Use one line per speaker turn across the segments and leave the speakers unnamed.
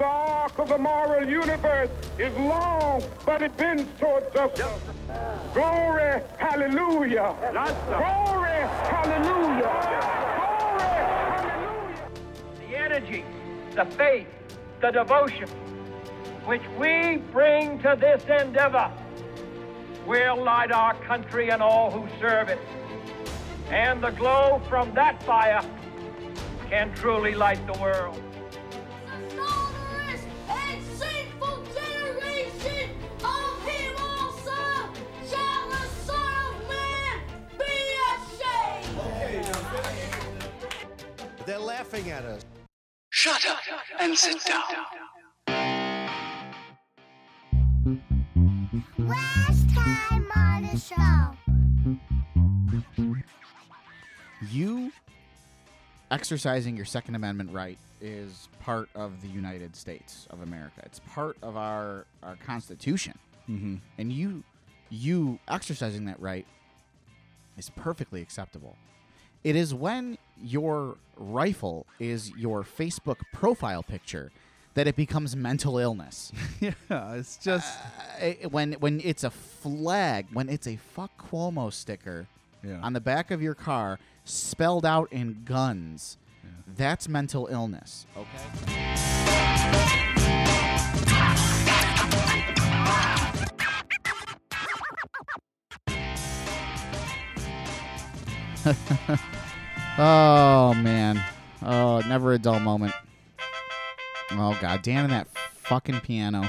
of the moral universe is long, but it bends towards justice. Glory, hallelujah. Glory, hallelujah.
the energy, the faith, the devotion which we bring to this endeavor will light our country and all who serve it. And the glow from that fire can truly light the world.
the slanderous and sinful generation of him also shall the Son of Man be ashamed.
They're laughing at us.
Shut up and sit down.
Last time on the show.
you exercising your Second Amendment right is part of the United States of America. It's part of our our Constitution, mm-hmm. and you you exercising that right is perfectly acceptable. It is when your rifle is your Facebook profile picture that it becomes mental illness.
Yeah, it's just
I- eh, when when it's a flag, when it's a fuck Cuomo sticker
Yeah.
on the back of your car, spelled out in guns, that's mental illness. Okay. oh man. Oh, never a dull moment. Oh god damn that fucking piano.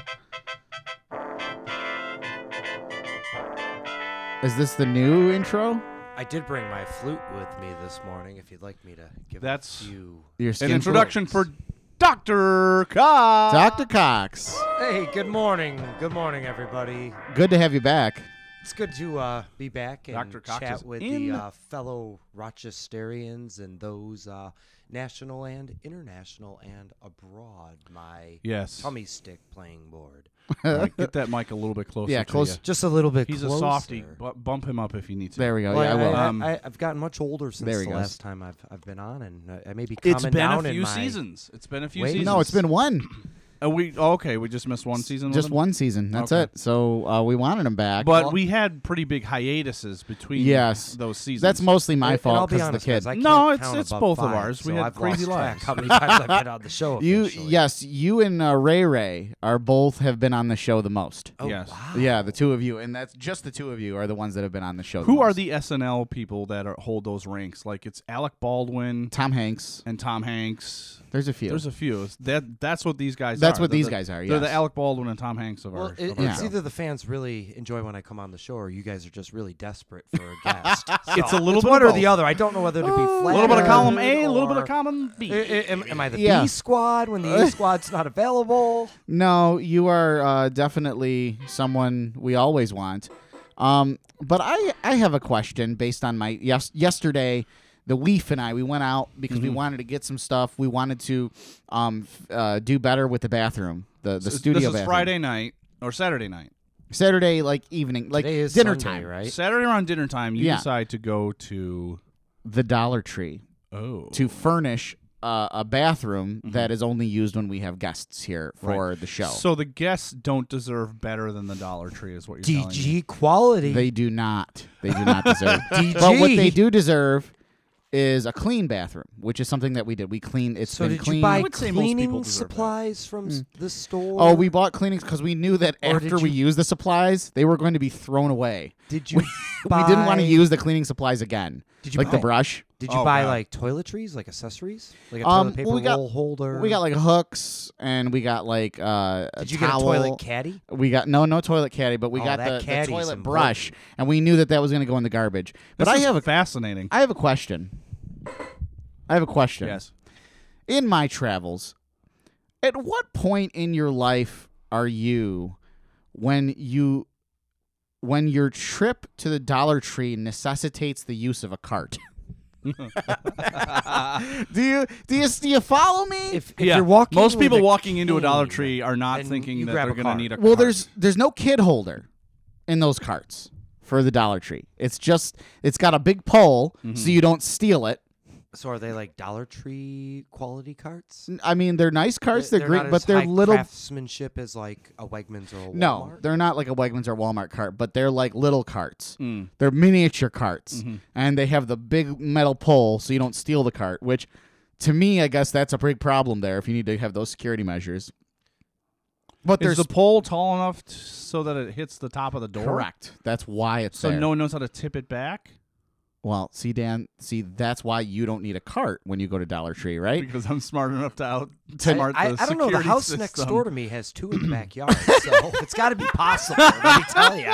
Is this the new intro?
I did bring my flute with me this morning. If you'd like me to give
That's-
it to you.
Your
an
skin
introduction
flute?
for Doctor Cox.
Dr. Cox.
Hey, good morning. Good morning, everybody.
Good to have you back.
It's good to uh, be back and
Dr. Cox
chat
is
with
in.
the uh, fellow Rochesterians and those uh, national and international and abroad. My
Yes.
tummy stick playing board.
Like, get that mic a little bit closer.
Yeah,
to
close-
you.
Just a little bit.
He's
closer.
a softy. Bu- bump him up if you need to.
There we go.
Well,
yeah, I will.
I,
Um,
I, have gotten much older since
there he
the
goes.
last time I've I've been on, and uh, I may be
It's
coming
been
down
a
in
few
my-
seasons. It's been a few
Wait.
seasons.
no, it's been one.
Uh, we oh, okay. We just missed one season. with
Just
him?
one season. That's
Okay.
it. So uh, we wanted him back.
But we had pretty big hiatuses between
yes,
those seasons.
That's mostly my
And- and I'll
fault
be
because the
honest, guys,
kid.
I
No,
can't
it's-
count
it's
above
both of
five,
ours. We
so
had
I've
crazy
lost track
lives.
How many times I've been on the show?
you
officially.
yes, you and uh, Ray Ray are both have been on the show the most.
Oh,
Yes.
wow.
Yeah, the two of you, and that's just the two of you are the ones that have been on the show.
Who are
most.
the SNL people that are, hold those ranks? Like it's Alec Baldwin
Tom Hanks?
and Tom Hanks.
There's a few.
There's a few. It's- That that's what these guys.
That's
are.
what
They're
these
the-
guys are,
They're the
yes.
Alec Baldwin and Tom Hanks of
Well,
our.
it,
of our
it's
show.
either the fans really enjoy when I come on the show, or you guys are just really desperate for a guest. So
It's a little bit
one
of
or the
both.
other. I don't know whether
Uh,
to be flat.
A little bit of column A, a little bit of column B.
Am, am I the
Yeah.
B squad when the A squad's not available?
No, you are uh, definitely someone we always want. Um, but I, I have a question based on my yes yesterday. The Leaf and I, we went out because we wanted to get some stuff. We wanted to um, f- uh, do better with the bathroom, the the
This-
studio.
This is
bathroom.
Friday night or Saturday night.
Saturday, like evening, like
Today is
dinner
Sunday,
time.
right?
Saturday around dinner time, you
Yeah.
decide to go to
The Dollar Tree
oh
to furnish uh, a bathroom that is only used when we have guests here for the show.
So the guests don't deserve better than the Dollar Tree, is what you're telling me.
DG quality.
They do not. They do not deserve. But what they do deserve is a clean bathroom, which is something that we did. We cleaned. It's
so
been
did
cleaned.
you buy
would say most people
cleaning
deserve that.
supplies from s- the store?
Oh, we bought cleanings because we knew that
Or did
after we
you-
used the supplies, they were going to be thrown away.
did you?
we didn't want to
buy-
use the cleaning supplies again.
Did you
like the
buy-
brush?
Did you
Oh,
buy
God.
like toiletries, like accessories, like a
Um,
toilet paper
we got-
roll holder?
We got like hooks, and we got like uh, a
Did you get
towel.
a toilet caddy?
We got no, no toilet caddy, but we
Oh,
got
that
the, the
caddy's
toilet
important.
brush, and we knew that that was going to go in the garbage. But
This
I
is
have a,
fascinating.
I have a question. I have a question.
yes.
in my travels, at what point in your life are you when you when your trip to the Dollar Tree necessitates the use of a cart? do you do you do you follow me?
If, if you're walking,
most
with
people
a
walking into a Dollar
cane
Tree are not
and
thinking
you
that
grab
they're
a
going to
cart.
need a.
well,
cart.
there's there's no kid holder in those
Mm-hmm.
carts for the Dollar Tree. It's just it's got a big pole so you don't steal it.
So are they like Dollar Tree quality carts?
I mean, they're nice carts. They're,
They're
great,
not
but
as
they're
high
little.
craftsmanship as like a Wegmans or a Walmart.
No, they're not like a Wegmans or Walmart cart, but they're like little carts.
Mm.
They're miniature carts,
Mm-hmm.
and they have the big metal pole so you don't steal the cart. Which, to me, I guess that's a big problem there. If you need to have those security measures, but
Is
there's
the pole tall enough t- so that it hits the top of the door?
correct. That's why it's
So
there.
no one knows how to tip it back
Well, see, Dan, see, that's why you don't need a cart when you go to Dollar Tree, right?
because I'm smart enough to out
I,
smart
I,
the
I don't know. The
security
house
system.
next door to me has two in the backyard, so it's got to be possible. Let me tell you.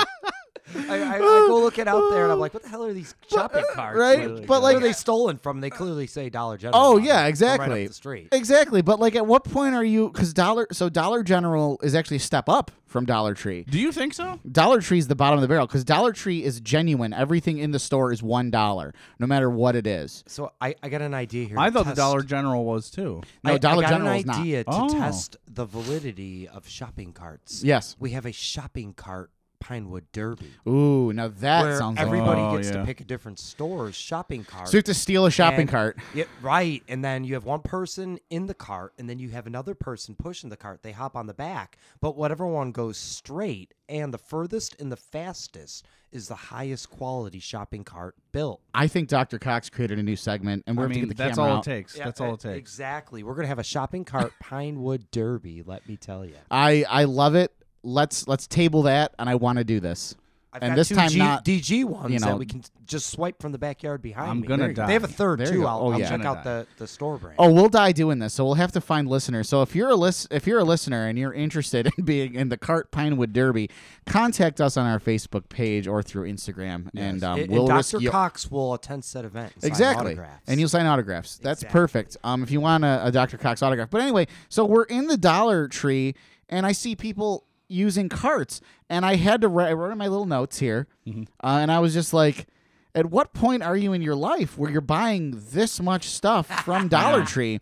I, I, I go look it out there, and I'm like, "What the hell are these shopping carts?
right? But,
where
like-
are they stolen from? They clearly say Dollar General.
Oh
on them,
yeah,
from
exactly.
Right up the street.
Exactly, but like, at what point are you? Because Dollar, so Dollar General is actually a step up from Dollar Tree.
Do you think so?
Dollar Tree's the bottom of the barrel because Dollar Tree is genuine. Everything in the store is one dollar, no matter what it is.
So I, I got an idea here.
I
to
thought the
test-
Dollar General was too.
No,
I-
Dollar
I got
General is
an
not.
idea to
Oh.
test the validity of shopping carts.
Yes.
we have a shopping cart Pinewood Derby.
Ooh, now that
where
sounds like
everybody
Oh,
gets
yeah.
to pick a different store's shopping cart.
so you have to steal a shopping
and-
cart.
Yeah, right. And then you have one person in the cart, and then you have another person pushing the cart. They hop on the back, but whatever one goes straight and the furthest and the fastest is the highest quality shopping cart built.
I think Dr. Cox created a new segment, and we're
I
going to
mean,
get the
that's
camera
all
out.
it takes.
e-
that's all it takes.
Exactly. We're gonna have a shopping cart Pinewood Derby. Let me tell you.
I I love it. Let's let's table that, and I want to do this.
I've
and
got
this
two
time
G-
not
DG ones
you know-
that we can just swipe from the backyard behind.
I'm
me.
gonna
There you go. They have a
die.
third
There you
too.
go.
I'll,
Oh,
I'll
yeah.
check
Gonna
out
die.
the, the store brand.
Oh, we'll die doing this, so we'll have to find listeners. So if you're a lis- if you're a listener and you're interested in being in the Cart Pinewood Derby, contact us on our Facebook page or through Instagram, and um,
And- and
we'll risk
Dr.
you-
Cox will attend said event. and sign
Exactly.
autographs.
And you'll sign autographs. That's
Exactly.
perfect. Um, if you want a, a Dr. Cox autograph. But anyway, so we're in the Dollar Tree, and I see people using carts. And I had to write, I wrote in my little notes here,
Mm-hmm.
uh, and I was just like, at what point are you in your life where you're buying this much stuff from Dollar Tree?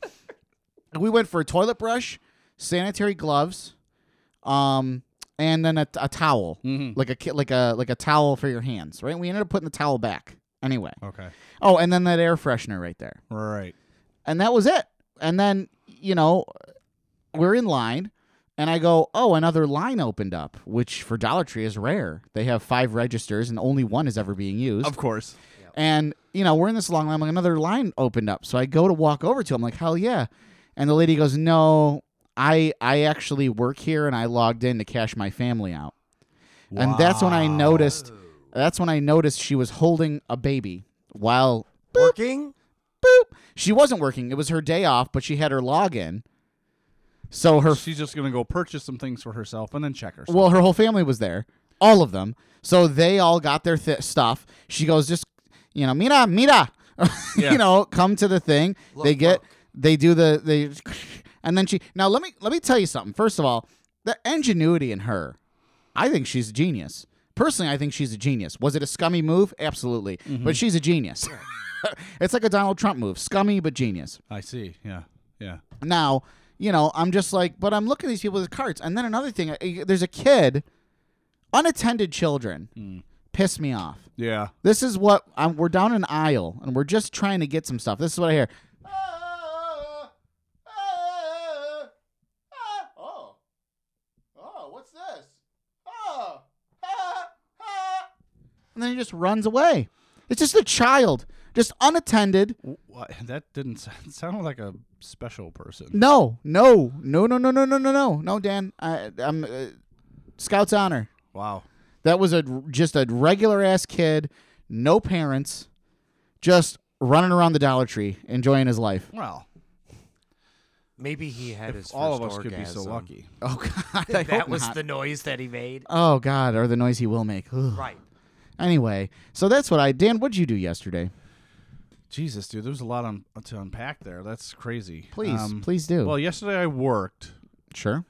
And we went for a toilet brush, sanitary gloves, um, and then a, a towel,
Mm-hmm.
like a ki- like a like a towel for your hands, right? We ended up putting the towel back anyway.
Okay.
Oh, and then that air freshener right there.
Right.
And that was it. And then, you know, we're in line and I go, "Oh, another line opened up," which for Dollar Tree is rare. They have 5 registers and only one is ever being used.
Of course.
And, you know, we're in this long line, I'm like another line opened up. So I go to walk over to him like, "Hell yeah." And the lady goes, "No, I I actually work here and I logged in to cash my family out." And that's when I noticed that's when I noticed she was holding a baby while
working.
boop. She wasn't working. It was her day off, but she had her login. So her
She's just gonna go purchase some things for herself and then check herself.
well, her whole family was there, all of them. So they all got their th- stuff. She goes, just you know, mira, mira,
Yeah.
you know, come to the thing.
Look,
they get,
look.
they do the they, and then she. Now let me let me tell you something. First of all, the ingenuity in her, I think she's a genius. Personally, I think she's a genius. Was it a scummy move? Absolutely,
Mm-hmm.
but she's a genius. it's like a Donald Trump move, scummy but genius.
I see. Yeah. Yeah.
Now, you know, I'm just like, but I'm looking at these people with carts. And then another thing, I- there's a kid, unattended children piss me off.
Yeah.
This is what I'm, we're down an aisle and we're just trying to get some stuff. This is what I hear. Oh, oh, what's this? Oh, and then he just runs away. It's just a child, just unattended.
What? That didn't sound, sound like a special person.
No, no, no, no, no, no, no, no, no, no, Dan. I, I'm uh, Scout's honor.
Wow.
That was a just a regular ass kid, no parents, just running around the Dollar Tree, enjoying his life.
Well,
Maybe he had his.
if all of us
first
could be so
orgasm.
lucky.
Oh God, I hope
That was
not.
the noise that he made.
Oh God, or the noise he will make. Ugh.
Right.
Anyway, so that's what I. Dan, what'd you do yesterday?
Jesus, dude, there's a lot on, to unpack there. That's crazy.
Please,
Um,
please do.
Well, yesterday I worked,
sure.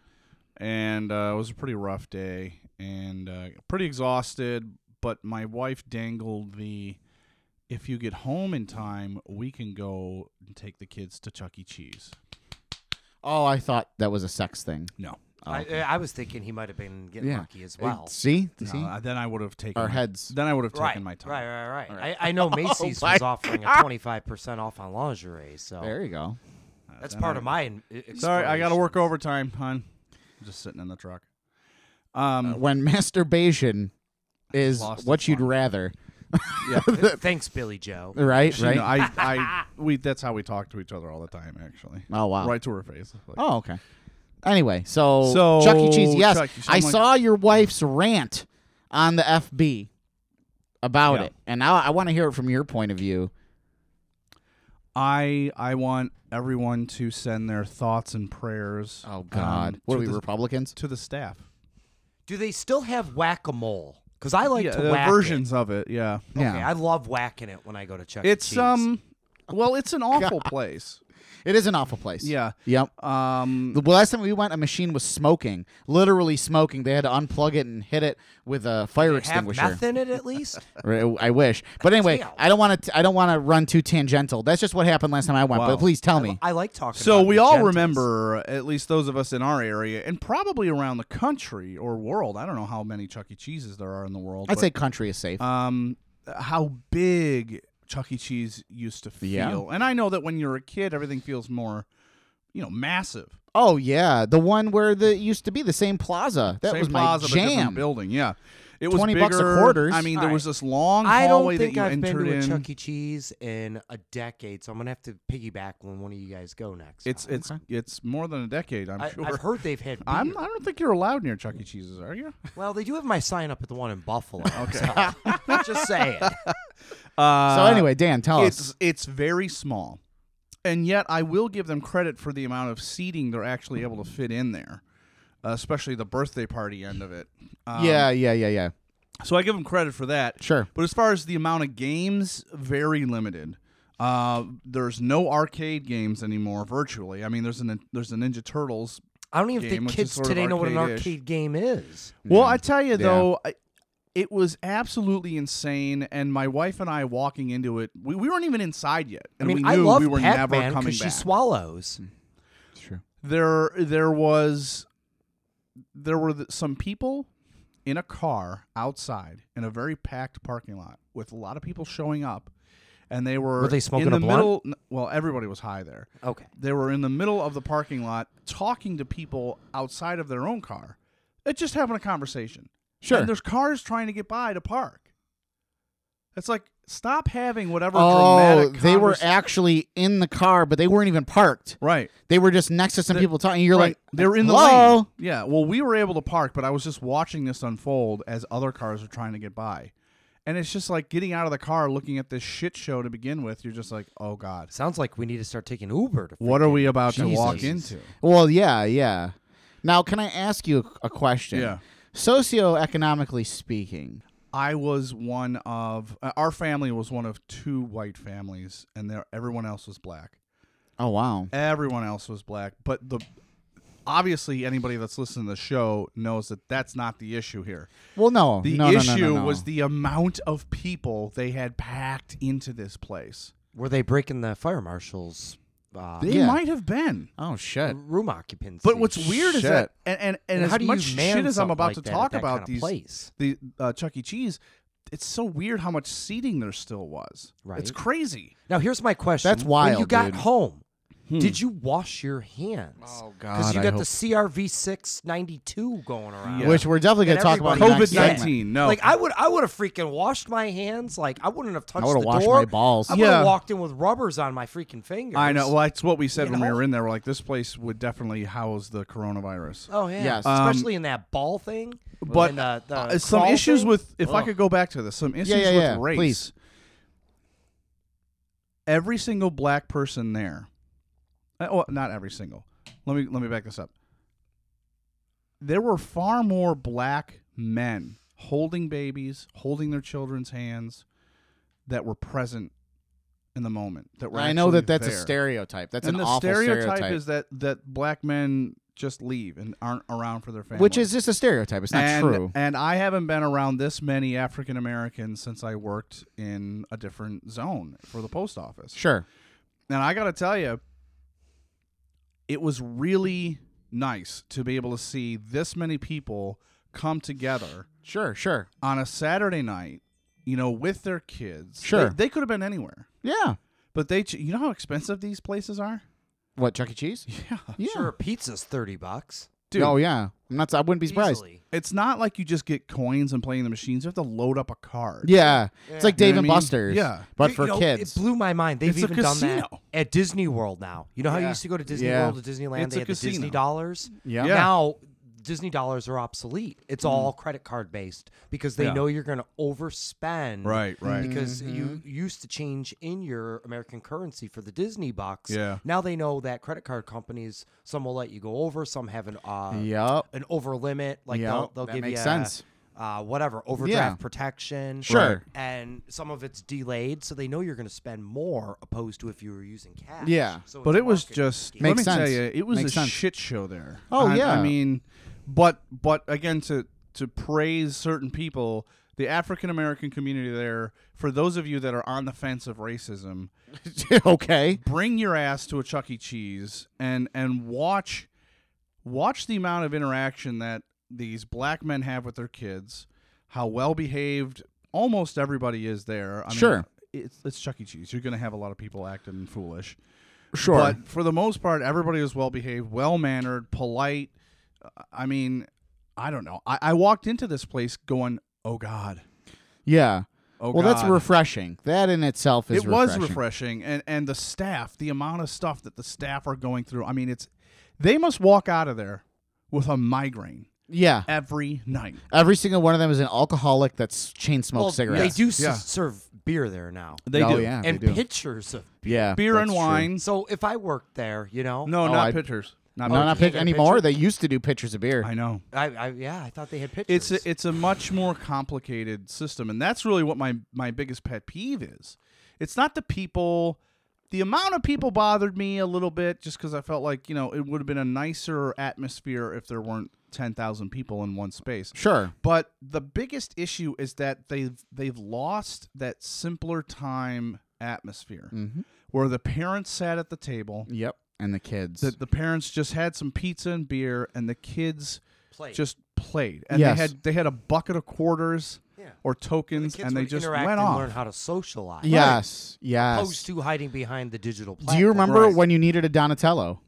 and uh, it was a pretty rough day, and uh, pretty exhausted. But my wife dangled the, if you get home in time, we can go and take the kids to Chuck E. Cheese.
Oh, I thought that was a sex thing.
No,
I, I was thinking he might have been getting
Yeah.
lucky as
Uh,
well.
See,
No,
see,
I- Uh, then I would have taken
Our
my-
heads.
Then I would have taken
Right,
my
right,
time.
right, right, I, I know
Oh
Macy's was offering a twenty five percent off on lingerie, so
there you go.
that's part of my. e-, in- i-
Sorry, I got to work
exploration.
overtime, hon. I'm just sitting in the truck. Um,
When masturbation is
Lost
what
its
you'd
mind.
rather,
Thanks, Billy Joe.
right?
you
Right.
know, I, I, we. That's how we talk to each other all the time, actually.
oh wow.
Right to her face. Like,
Oh okay. Anyway, so,
So,
Chuck E. Cheese. Yes,
Chuck E. Cheese,
I
I'm like-
saw your wife's rant on the FB about
Yeah.
it, and now I want to hear it from your point of view.
I, I want everyone to send their thoughts and prayers. um,
what are
to
we
the-
Republicans?
To the staff.
Do they still have whack a mole? Because I like
yeah,
to
the
whack
versions of it. Yeah.
It. Okay,
Yeah.
I love whacking it when I go to Chuck E.
It's
Cheese.
um, well, it's an awful place.
It is an awful place.
Yeah.
Yep.
Um,
The last time we went, a machine was smoking, literally smoking. They had to unplug it and hit it with a fire
have
extinguisher.
meth in it at least.
Or- I wish, but anyway,
Damn.
I don't want to. I don't want to run too tangential. That's just what happened last time I went. But
Wow.
please tell me.
I like talking.
So
about
we all
Magenta's.
remember, at least those of us in our area, and probably around the country or world. I don't know how many Chuck E. Cheeses there are in the world.
I'd
but,
say country is safe.
um, how big Chuck E. Cheese used to feel.
Yeah.
And I know that when you're a kid, everything feels more, you know, massive.
oh yeah, the one where the it used to be the same plaza. That
Same
was my
plaza, but different
jam.
building. Yeah, it was
20 bucks a
bigger.
quarters.
I mean, there
All
was
right.
this long
I
hallway
don't think
that you
I've been
entered
to a
in.
Chuck E. Cheese in a decade, so I'm gonna have to piggyback when one of you guys go next.
it's it's it's more than a decade. I'm
I,
sure.
have heard they've had. Beer.
I'm- I don't think you're allowed near Chuck E. Cheeses, are you?
Well, they do have my sign up at the one in Buffalo. Okay. Just saying.
so anyway, Dan, tell us.
Uh, it's it's very small, and yet I will give them credit for the amount of seating they're actually able to fit in there, uh, especially the birthday party end of it. Um,
yeah, yeah, yeah, yeah.
so I give them credit for that.
Sure.
but as far as the amount of games, very limited. Uh, there's no arcade games anymore virtually. I mean, there's an there's a Ninja Turtles.
I don't even
Game,
think
which is
kids
sort of
today know what an
arcade-ish.
arcade game is.
Well, I tell you
Yeah.
though. I, it was absolutely insane, and my wife and I walking into it, we, we weren't even inside yet,
I
and
mean,
we
I
knew
love
we were never
Pac-Man
coming back. Hmm.
because she swallows.
there there was there were th- some people in a car outside in a very packed parking lot with a lot of people showing up and they were
Were they smoking
in the
a blunt?
middle n- well everybody was high there
Okay.
they were in the middle of the parking lot talking to people outside of their own car They're just having a conversation
Sure.
and there's cars trying to get by to park it's like stop having whatever
Oh,
dramatic
they were
convers-
actually in the car, but they weren't even parked.
right
They were just next to some
They-
people talking. You're
Right.
like,
they're in the
Hello?
lane. Yeah. Well, we were able to park, but I was just watching this unfold as other cars are trying to get by, and it's just like getting out of the car, looking at this shit show to begin with. You're just like, oh god,
Sounds like we need to start taking Uber. To
what are we about to
Jesus.
walk into?
Well, yeah, yeah. Now, can I ask you a question?
Yeah.
Socioeconomically speaking,
I was one of uh, our family was one of two white families, and there everyone else was black.
oh wow,
Everyone else was black, but the obviously anybody that's listening to the show knows that that's not the issue here.
Well, no.
The
no, no, no,
issue
no, no.
was the amount of people they had packed into this place.
Were they breaking the fire marshal's uh,
They
Yeah.
might have been.
oh shit.
room occupancy?
But what's weird is that,
Shit.
and and, and,
And
as
how do you
much
man
shit as I'm
something
about
like
to
that at
talk
that
about
kind of
these
place?
the uh, Chuck E. Cheese, it's so weird how much seating there still was. it's
Right.
crazy.
Now here's my question.
That's
When you
wild,
got
dude.
home,
Hmm.
did you wash your hands? Oh
God,
Because you
I
got the
hope-
CRV six ninety two going around.
Yeah.
Which we're definitely
And
gonna talk about.
everybody-
in the next
COVID-19,
segment.
no.
Like I would, I would have freaking washed my hands. Like I wouldn't have touched
would've
the
washed
door.
my balls.
I would have
Yeah.
walked in with rubbers on my freaking fingers.
I know. Well, that's what we said
You
when we
know?
were in there. We're like, this place would definitely house the coronavirus.
oh yeah.
Yes. Um,
Especially in that ball thing.
but
and the, the
uh, some
crawl
issues
thing.
with if I could go back to this, some issues
Oh. yeah,
with
yeah,
race.
please.
Every single black person there. uh, Well, not every single. Let me let me back this up. There were far more black men holding babies, holding their children's hands, that were present in the moment. That were
I know that
actually
that's a
there.
stereotype. That's
and
an
the
awful
stereotype,
stereotype.
is that that black men just leave and aren't around for their family
which is just a stereotype. It's not
and,
true.
And I haven't been around this many African Americans since I worked in a different zone for the post office.
Sure.
And I got to tell you, it was really nice to be able to see this many people come together
Sure, sure.
on a Saturday night, you know, with their kids.
Sure.
They, they could have been anywhere,
Yeah.
but they, ch- you know how expensive these places are?
What Chuck E. Cheese?
Yeah.
Yeah.
Sure, pizza's thirty bucks.
Dude.
Oh yeah. I'm not. I wouldn't be surprised.
Easily.
It's not like you just get coins and playing the machines. You have to load up a card.
Yeah. It's like
You
Dave
know what I
and
mean?
Buster's.
Yeah.
But
You
for
know,
kids.
It blew my mind. They've
It's a
even done that
casino.
at Disney World now. You know how you
Yeah.
used to go to Disney
Yeah.
World to Disneyland?
It's
they
a
had the Disney
casino.
dollars.
Yeah. Mm.
Yeah.
Now Disney dollars are obsolete. It's all credit card based because they
Yeah.
know you're going to overspend.
Right, right.
Because
Mm-hmm.
you used to change in your American currency for the Disney bucks.
Yeah.
Now they know that credit card companies, some will let you go over, some have an uh,
Yup.
an over limit. Like
Yeah,
they'll, they'll
that
give
makes
you
sense.
Uh, whatever overdraft protection,
Sure. Right.
and some of it's delayed, so they know you're going to spend more opposed to if you were using cash.
Yeah.
so it's
But
a
it was
marketing
just
scheme.
let
Makes
me tell
sense.
you, it was
Makes
a
sense.
shit show there.
Oh,
I, I
yeah.
mean, but but again, to to praise certain people, the African American community there. For those of you that are on the fence of racism,
okay.
bring your ass to a Chuck E. Cheese and and watch watch the amount of interaction that these black men have with their kids. How well behaved almost everybody is there. I mean,
Sure.
It's, it's Chuck E. Cheese. You're going to have a lot of people acting foolish.
Sure.
But for the most part, everybody was well behaved, well mannered, polite. Uh, I mean, I don't know. I, I walked into this place going, "Oh God,
yeah.
oh
well,
God."
that's refreshing. That in itself is
It was
refreshing.
refreshing, and and the staff, the amount of stuff that the staff are going through. I mean, it's they must walk out of there with a migraine
Yeah.
every night.
Every single one of them is an alcoholic that's chain smoked
well,
cigarettes.
They do s-
Yeah.
serve beer there now,
They
oh,
do,
Yeah,
and
they do.
pitchers of.
yeah.
beer and
that's true.
wine.
So if I worked there, you know,
No,
Oh,
not
I-
pitchers. Not
No, not
you can't
pick
get a
anymore.
pitcher?
They used to do pitchers of beer.
I know.
I, I yeah, I thought they had pitchers.
It's a, it's a much more complicated system, and that's really what my my biggest pet peeve is. It's not the people. The amount of people bothered me a little bit, just because I felt like you know it would have been a nicer atmosphere if there weren't ten thousand people in one space.
Sure.
But the biggest issue is that they've they've lost that simpler time atmosphere where the parents sat at the table.
Yep. And the kids.
The, the parents just had some pizza and beer, and the kids
Played.
just played. And
Yes.
they had they had a bucket of quarters
Yeah.
or tokens,
kids
and they
would
just
interact
went
and
off.
learn how to socialize.
yes. Yes.
Opposed to hiding behind the digital platform.
Do you remember
Right.
when you needed a Donatello?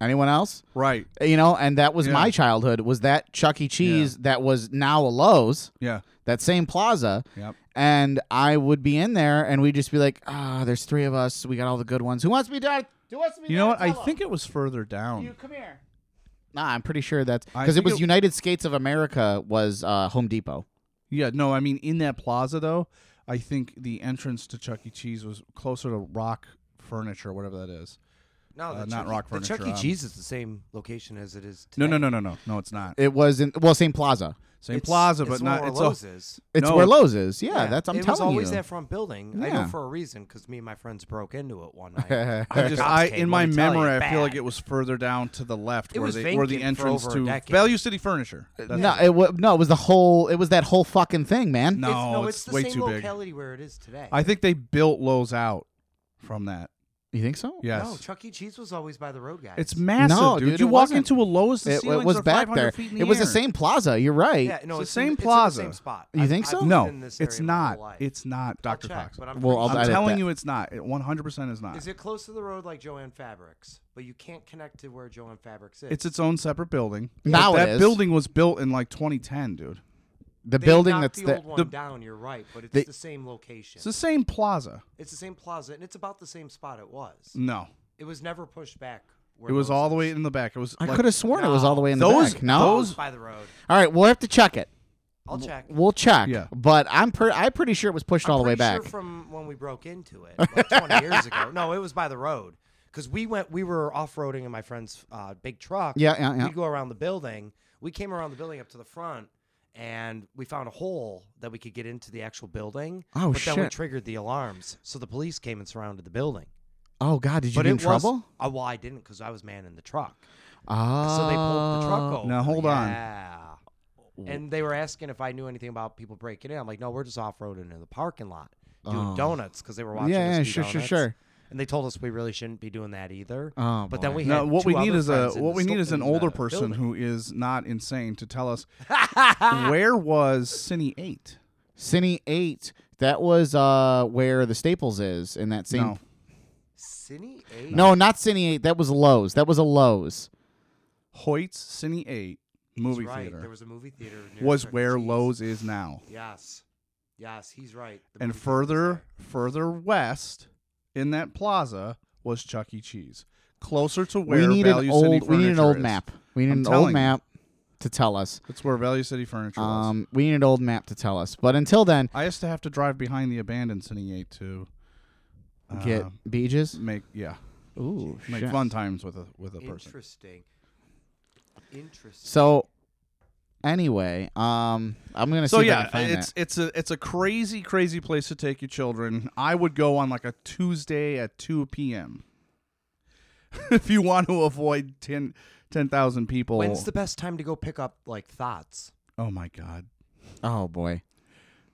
Anyone else?
right?
You know, and that was
Yeah.
my childhood. Was that Chuck E. Cheese that was now a Lowe's,
Yeah.
that same plaza?
Yep.
And I would be in there, and we'd just be like, "Ah, there's three of us. We got all the good ones. Who wants to be Don? Who wants to be
You know what? I
Donatello?
think it was further down.
You come here. Nah, I'm pretty sure that's
I
because it
think
was
it-
United States of America was uh, Home Depot.
yeah. No, I mean in that plaza though, I think the entrance to Chuck E. Cheese was closer to Rock Furniture, whatever that is.
No, the
Uh,
Chuck
not
E-
rock
The Chuck
furniture,
E.
um,
Cheese is the same location as it is.
No,
today.
no, no, no, no, no. It's not.
It was in well, same plaza.
Same
It's-
plaza,
it's
but
where
not. It's
Lowe's
a,
is.
It's
No.
where Lowe's is. Yeah,
Yeah,
that's. I'm
it was
telling
always
you.
that front building. I know
Yeah.
for a reason because me and my friends broke into it one night.
I just, I,
Came, let
in my
me tell you,
memory, I feel like
bad.
it was further down to the left,
It
where
was
the where
vacant
the
for
entrance
over a
to
decade. Uh,
Value City Furniture. That's
No, it wa no, it was the whole. It was that whole fucking thing, man.
no,
It's, no,
it's,
it's, the
way
same
too big.
locality where it is today.
I think they built Lowe's out from that.
You think so?
Yes,
No, Chuck E. Cheese was always by the road, guys.
it's massive,
No,
dude.
dude,
You
it
walk
wasn't.
into a Lowe's, the
It, it
ceilings
was
are
back
500
there.
Feet in
it was the
air.
same plaza. You're right.
yeah, no,
it's the
it's
same
in, it's in
plaza.
the same spot.
You
I've-
think
I've
so?
lived in
No,
this
it's
area my whole
not.
life.
It's not,
I'll
Doctor
check,
Cox.
but I'm
Well,
pretty
I'll
sure.
I'm
edit
telling
that.
you, it's not. It 100 percent is not.
Is it close to the road like Joanne Fabrics? But you can't connect to where Joanne Fabrics is.
It's its own separate building.
Now
But
it
that
is.
building was built in like 2010, dude.
The
They
building
knocked
that's
the
the,
old one
the-
down. You're right, but it's
they-
the same location.
It's the same plaza.
It's the same plaza, and it's about the same spot it was.
No,
It was never pushed back. Where
it was
Lowe's
all the way
is.
in the back. It was.
I
like-
could have sworn it was all the way in the
Those-
back. No.
those-
by the road.
All right, we'll have to check it.
I'll check.
We'll check.
Yeah.
But I'm per- I'm pretty sure it was pushed
I'm
all the way
pretty sure
back.
from when we broke into it like 20 years ago. No, it was by the road because we went. We were off roading in my friend's uh, big truck.
Yeah, yeah, yeah.
We go around the building. We came around the building up to the front. And we found a hole that we could get into the actual building.
Oh,
But then we
shit.
triggered the alarms, so the police came and surrounded the building.
oh God, did you
but
get in
it was-
trouble?
uh, well, I didn't because I was manning the truck.
Oh.
So they pulled the truck over.
Ah, now hold on.
Yeah. And they were asking if I knew anything about people
Oh.
breaking in. I'm like, no, we're just off roading in the parking lot doing donuts because they were watching.
Yeah,
us
yeah,
do
sure, sure,
donuts.
sure.
and they told us we really shouldn't be doing that either.
Oh,
but then
boy.
we had
No, what
two
we need
other
is a
friends in
what
the
we
sto-
need is an
in
older
the
person
building.
who is not insane to tell us where was Cine Eight.
Cine Eight. That was uh where the Staples is in that same.
No,
Cine eight.
No, not Cine Eight. That was Lowe's. That was a Lowe's.
Hoyt's Cine Eight
He's
movie
right.
theater
There was a movie theater. near
was
Chuck E.
where
Cheese.
Lowe's is now,
Yes, yes, he's right. The
and
movie theater was
further
there.
further west in that plaza was Chuck E. Cheese, closer to where
we need
Value
an
City
old. We need an
Furniture
old
is.
map. We need
I'm
an
telling
old
you.
map to tell us.
That's where Value City Furniture was.
Um, we need an old map to tell us. But until then,
I used to have to drive behind the abandoned Cine Eight to uh,
get Beeges.
make yeah
Ooh,
make
shit.
fun times with a with a person.
Interesting. Interesting.
So, anyway, um, I'm gonna
So
see if
yeah,
I can find
it's
that.
it's a it's a crazy crazy place to take your children. I would go on like a Tuesday at two p.m. if you want to avoid 10 10,000 people.
When's the best time to go pick up like thoughts?
oh my god!
Oh boy,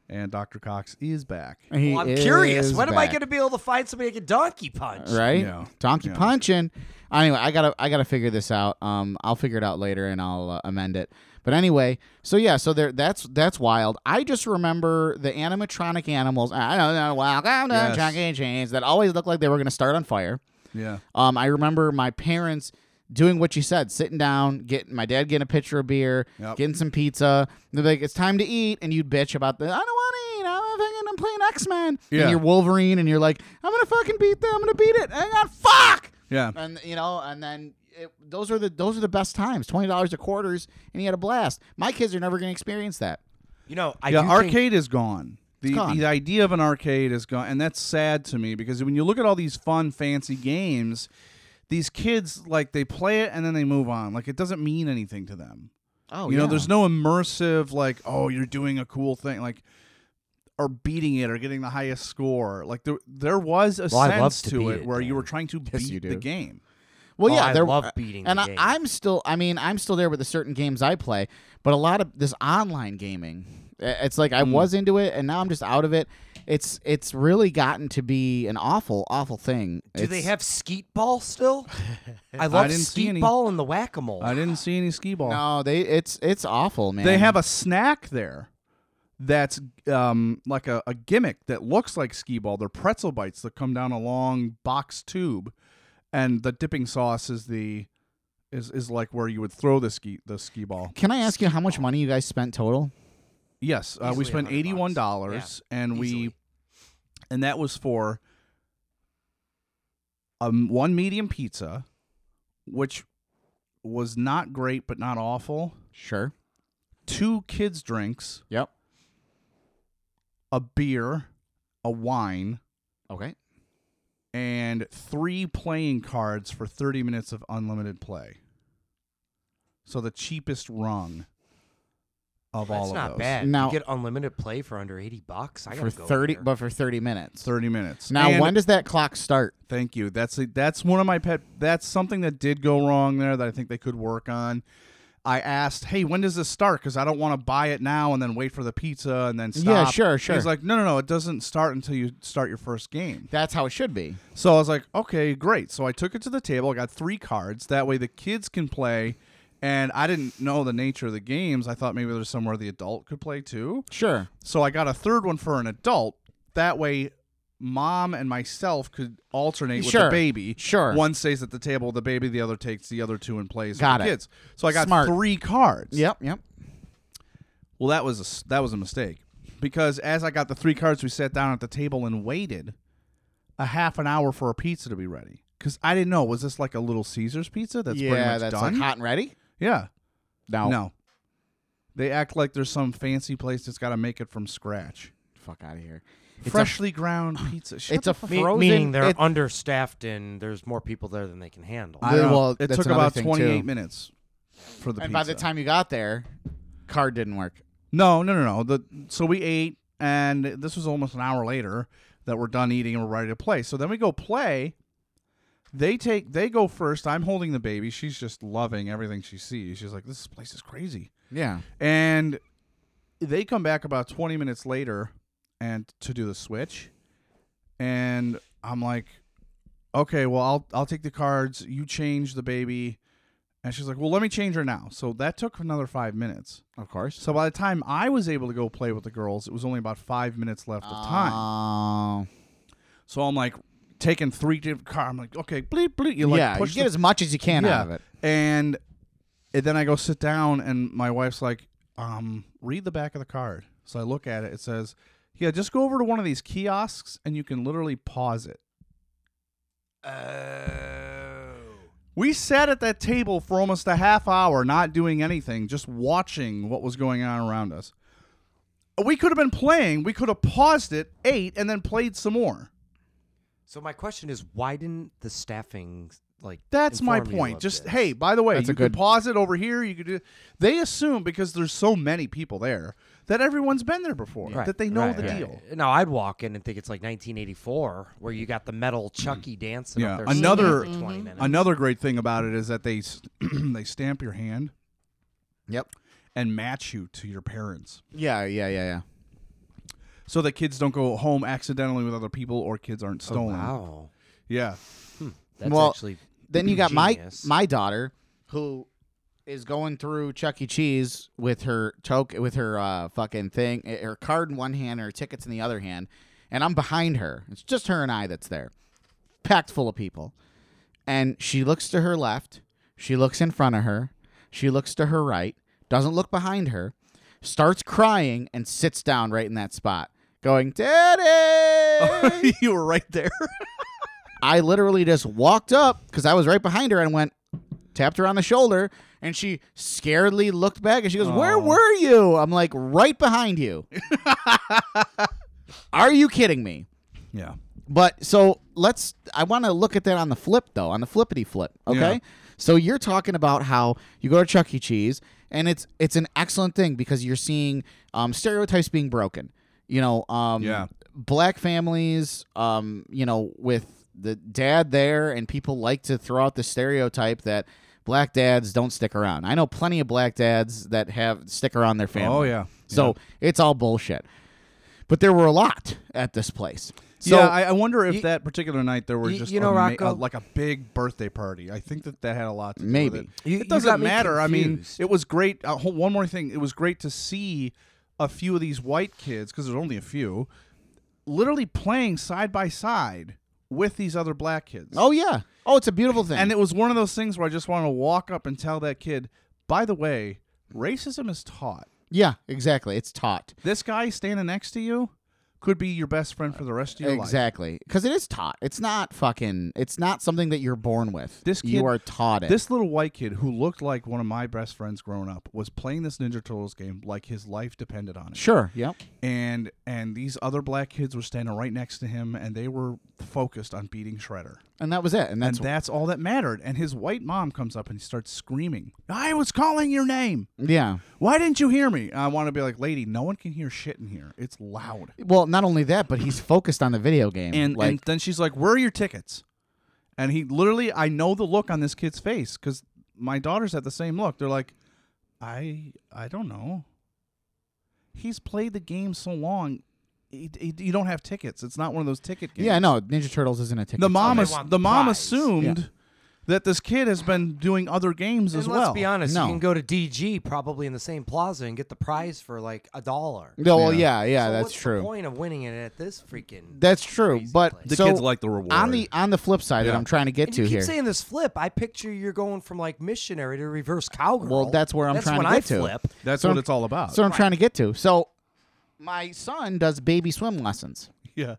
And Dr. Cox is back.
He
Well, I'm curious.
is
When am I
back,
going to be able to find somebody I can donkey punch?
Right,
No,
donkey
no.
punching. Anyway, I gotta I gotta figure this out. Um, I'll figure it out later and I'll uh, amend it. But anyway, so yeah, so there that's that's wild. I just remember the animatronic animals. I don't know, welcome to
Yes.
Chuck E. Cheese that always looked like they were gonna start on fire.
Yeah,
Um, I remember my parents doing what you said, sitting down, getting my dad getting a pitcher of beer,
Yep.
getting some pizza. And they're like, "It's time to eat," and you'd bitch about the, "I don't want to eat. I'm fucking, I'm playing X Men."
Yeah.
And you're Wolverine, and you're like, "I'm gonna fucking beat them. I'm gonna beat it." And God, fuck.
yeah.
And you know, and then. It, those are the those are the best times. Twenty dollars a quarters, and you had a blast. My kids are never going to experience that.
You know, I
yeah,
do
arcade
Think,
is gone. The,
gone.
the idea of an arcade is gone, and that's sad to me because when you look at all these fun, fancy games, these kids like they play it and then they move on. Like it doesn't mean anything to them.
Oh,
you know, there's no immersive like, oh, you're doing a cool thing, like or beating it or getting the highest score. Like there, there was a
Well, I love
sense
to
to
beat
it,
it,
where you
Dan.
were trying to
Yes,
beat
you do.
the game.
Well,
Oh,
yeah,
I
there,
love beating
and
the
I,
game.
I'm still. I mean, I'm still there with the certain games I play, but a lot of this online gaming, i- it's like I
Mm.
was into it, and now I'm just out of it. It's it's really gotten to be an awful, awful thing.
do they
It's-
have skeet ball still? I love
didn't see
skeet
any.
ball and the whack a mole.
I didn't see any skee ball.
No, they. It's it's awful, man.
They have a snack there that's um, like a, a gimmick that looks like skee ball. They're pretzel bites that come down a long box tube, and the dipping sauce is the is, is like where you would throw the ski the skee ball.
Can I ask you how much money you guys spent total?
Yes, uh,
Easily
we spent eighty
100
one
bucks.
dollars, and we
Easily.
and that was for um one medium pizza, which was not great but not awful.
Sure.
Two kids drinks,
Yep.
a beer, a wine,
Okay.
and three playing cards for 30 minutes of unlimited play. So the cheapest rung of
That's
all
not
of those.
bad.
Now-
you get unlimited play for under eighty bucks. I
For
gotta go
thirty,
there.
but for thirty minutes.
30 minutes.
Now,
And-
when does that clock start?
Thank you. That's a, that's one of my pet that's something that did go wrong there that I think they could work on. I asked, "Hey, when does this start cuz I don't want to buy it now and then wait for the pizza and then stop."
Yeah, sure, sure.
He's like, "No, no, no, it doesn't start until you start your first game."
That's how it should be.
So I was like, okay, great. So I took it to the table. I got three cards. That way the kids can play. And I didn't know the nature of the games. I thought maybe there's somewhere the adult could play too.
Sure.
So I got a third one for an adult. That way, mom and myself could alternate with
Sure.
the baby.
Sure.
One stays at the table with the baby, the other takes the other two and plays
Got
with
it.
the kids. So I got
Smart.
three cards.
Yep. Yep.
Well, that was a, s- that was a mistake because as I got the three cards, we sat down at the table and waited a half an hour for a pizza to be ready. Because I didn't know was this like a Little Caesars pizza that's pretty
yeah,
much
that's
done?
like hot and ready.
yeah,
No.
no, they act like there's some fancy place that's got to make it from scratch,
Fuck out of here.
freshly ground pizza. Shut
it's
the
a
fuck-
Me-
frozen-
meaning they're
it-
understaffed and there's more people there than they can handle.
I don't know.
Well,
it
that's
took
another
about
thing,
28
too.
minutes for the
and
pizza.
by the time you got there, card didn't work.
No, no, no, no. The so we ate, and this was almost an hour later that we're done eating and we're ready to play. So then we go play. They take they go first. I'm holding the baby. She's just loving everything she sees. She's like, "This place is crazy."
Yeah.
And they come back about 20 minutes later and to do the switch. And I'm like, okay, well, I'll I'll take the cards. You change the baby, and she's like, well, let me change her now. So that took another five minutes.
Of course.
So by the time I was able to go play with the girls, it was only about five minutes left of time.
Oh.
So I'm like taking three different car. I'm like, okay, bleep bleep. You like
yeah, you
push
get
the-
as much as you can out of it.
And, and then I go sit down, and my wife's like, um, read the back of the card. So I look at it. It says, yeah, just go over to one of these kiosks, and you can literally pause it. We sat at that table for almost a half hour, not doing anything, just watching what was going on around us. We could have been playing. We could have paused it, ate, and then played some more.
So my question is, why didn't the staffing like?
That's my
inform you
point.
of
Just
this?
hey, by the way,
That's a
you could
good-
pause it over here. You could do. They assume because there's so many people there that everyone's been there before,
Right,
that they know
right,
the
right.
deal.
Now I'd walk in and think it's like 1984, where you got the metal Chucky dancing.
Yeah,
up there
another-
singing for 20 minutes.
Another great thing about it is that they s- they stamp your hand
Yep.
and match you to your parents,
Yeah, yeah, yeah, yeah.
so that kids don't go home accidentally with other people or kids aren't
Oh,
stolen.
wow,
Yeah,
that's
Well,
actually
Then you got
Genius.
my my daughter who is going through Chuck E. Cheese with her choke with her uh, fucking thing, eh, her card in one hand, and her tickets in the other hand, and I'm behind her. It's just her and I that's there, packed full of people, and she looks to her left, she looks in front of her, she looks to her right, doesn't look behind her, starts crying and sits down right in that spot, going, "Daddy."
you were right there.
I literally just walked up because I was right behind her and went, tapped her on the shoulder, and she scaredly looked back and she goes, Where were you? I'm like, Right behind you. Are you kidding me?
yeah,
But so let's, I want to look at that on the flip though, on the flippity flip. Okay.
Yeah.
So you're talking about how you go to Chuck E. Cheese and it's it's an excellent thing because you're seeing um, stereotypes being broken. You know, um,
Yeah.
black families, um, you know, with the dad there, and people like to throw out the stereotype that black dads don't stick around. I know plenty of black dads that have stick around their family.
Oh, yeah.
So it's all bullshit. But there were a lot at this place. So
yeah. I, I wonder if
you-
that particular night there were
you-
just
you know,
a ma- a-
Rocco?
like a big birthday party. I think that that had a lot to do
Maybe.
with it.
You- you
it doesn't
got me
matter. I mean,
confused.
it was great. Uh, ho- one more thing, it was great to see a few of these white kids because there's only a few, literally playing side by side with these other black kids.
Oh yeah. Oh, it's a beautiful thing.
And it was one of those things where I just want to walk up and tell that kid, by the way, racism is taught.
yeah, exactly. It's taught.
This guy standing next to you could be your best friend for the rest of your life.
Exactly. Because it is taught. It's not fucking it's not something that you're born with.
This kid-
you are taught it.
This little white kid who looked like one of my best friends growing up was playing this Ninja Turtles game like his life depended on it.
Sure. Yep.
And and these other black kids were standing right next to him and they were focused on beating Shredder.
And that was it. And
And
that's
that's all that mattered. And his white mom comes up and starts screaming, I was calling your name.
yeah.
Why didn't you hear me? I want to be like, lady, no one can hear shit in here. It's loud.
Well, not only that, but he's focused on the video game.
And,
like
and then she's like, "Where are your tickets?" And he literally, I know the look on this kid's face because my daughters had the same look. They're like, "I, I don't know." He's played the game so long, he, he- you don't have tickets. It's not one of those ticket games.
yeah, no, Ninja Turtles isn't a ticket.
The mom,
they
ass-
want
the
the
mom
prize.
assumed that this kid has been doing other games
And
as
let's
well.
be honest,
No.
you can go to DG probably in the same plaza and get the prize for like a dollar.
No, well, yeah, yeah,
So
that's
what's the
true.
point of winning it at this freaking?
That's true.
Crazy
But
place.
The
so
kids like the reward.
On the on the flip side that
Yeah.
I'm trying to get
and
to
you keep
here.
saying this flip. I picture you're going from like missionary to reverse cowgirl.
Well, that's where I'm
That's
trying to
when
get
I
to.
Flip.
That's
So
what
I'm-
it's all about.
so I'm trying to get to. So my son does baby swim lessons.
yeah,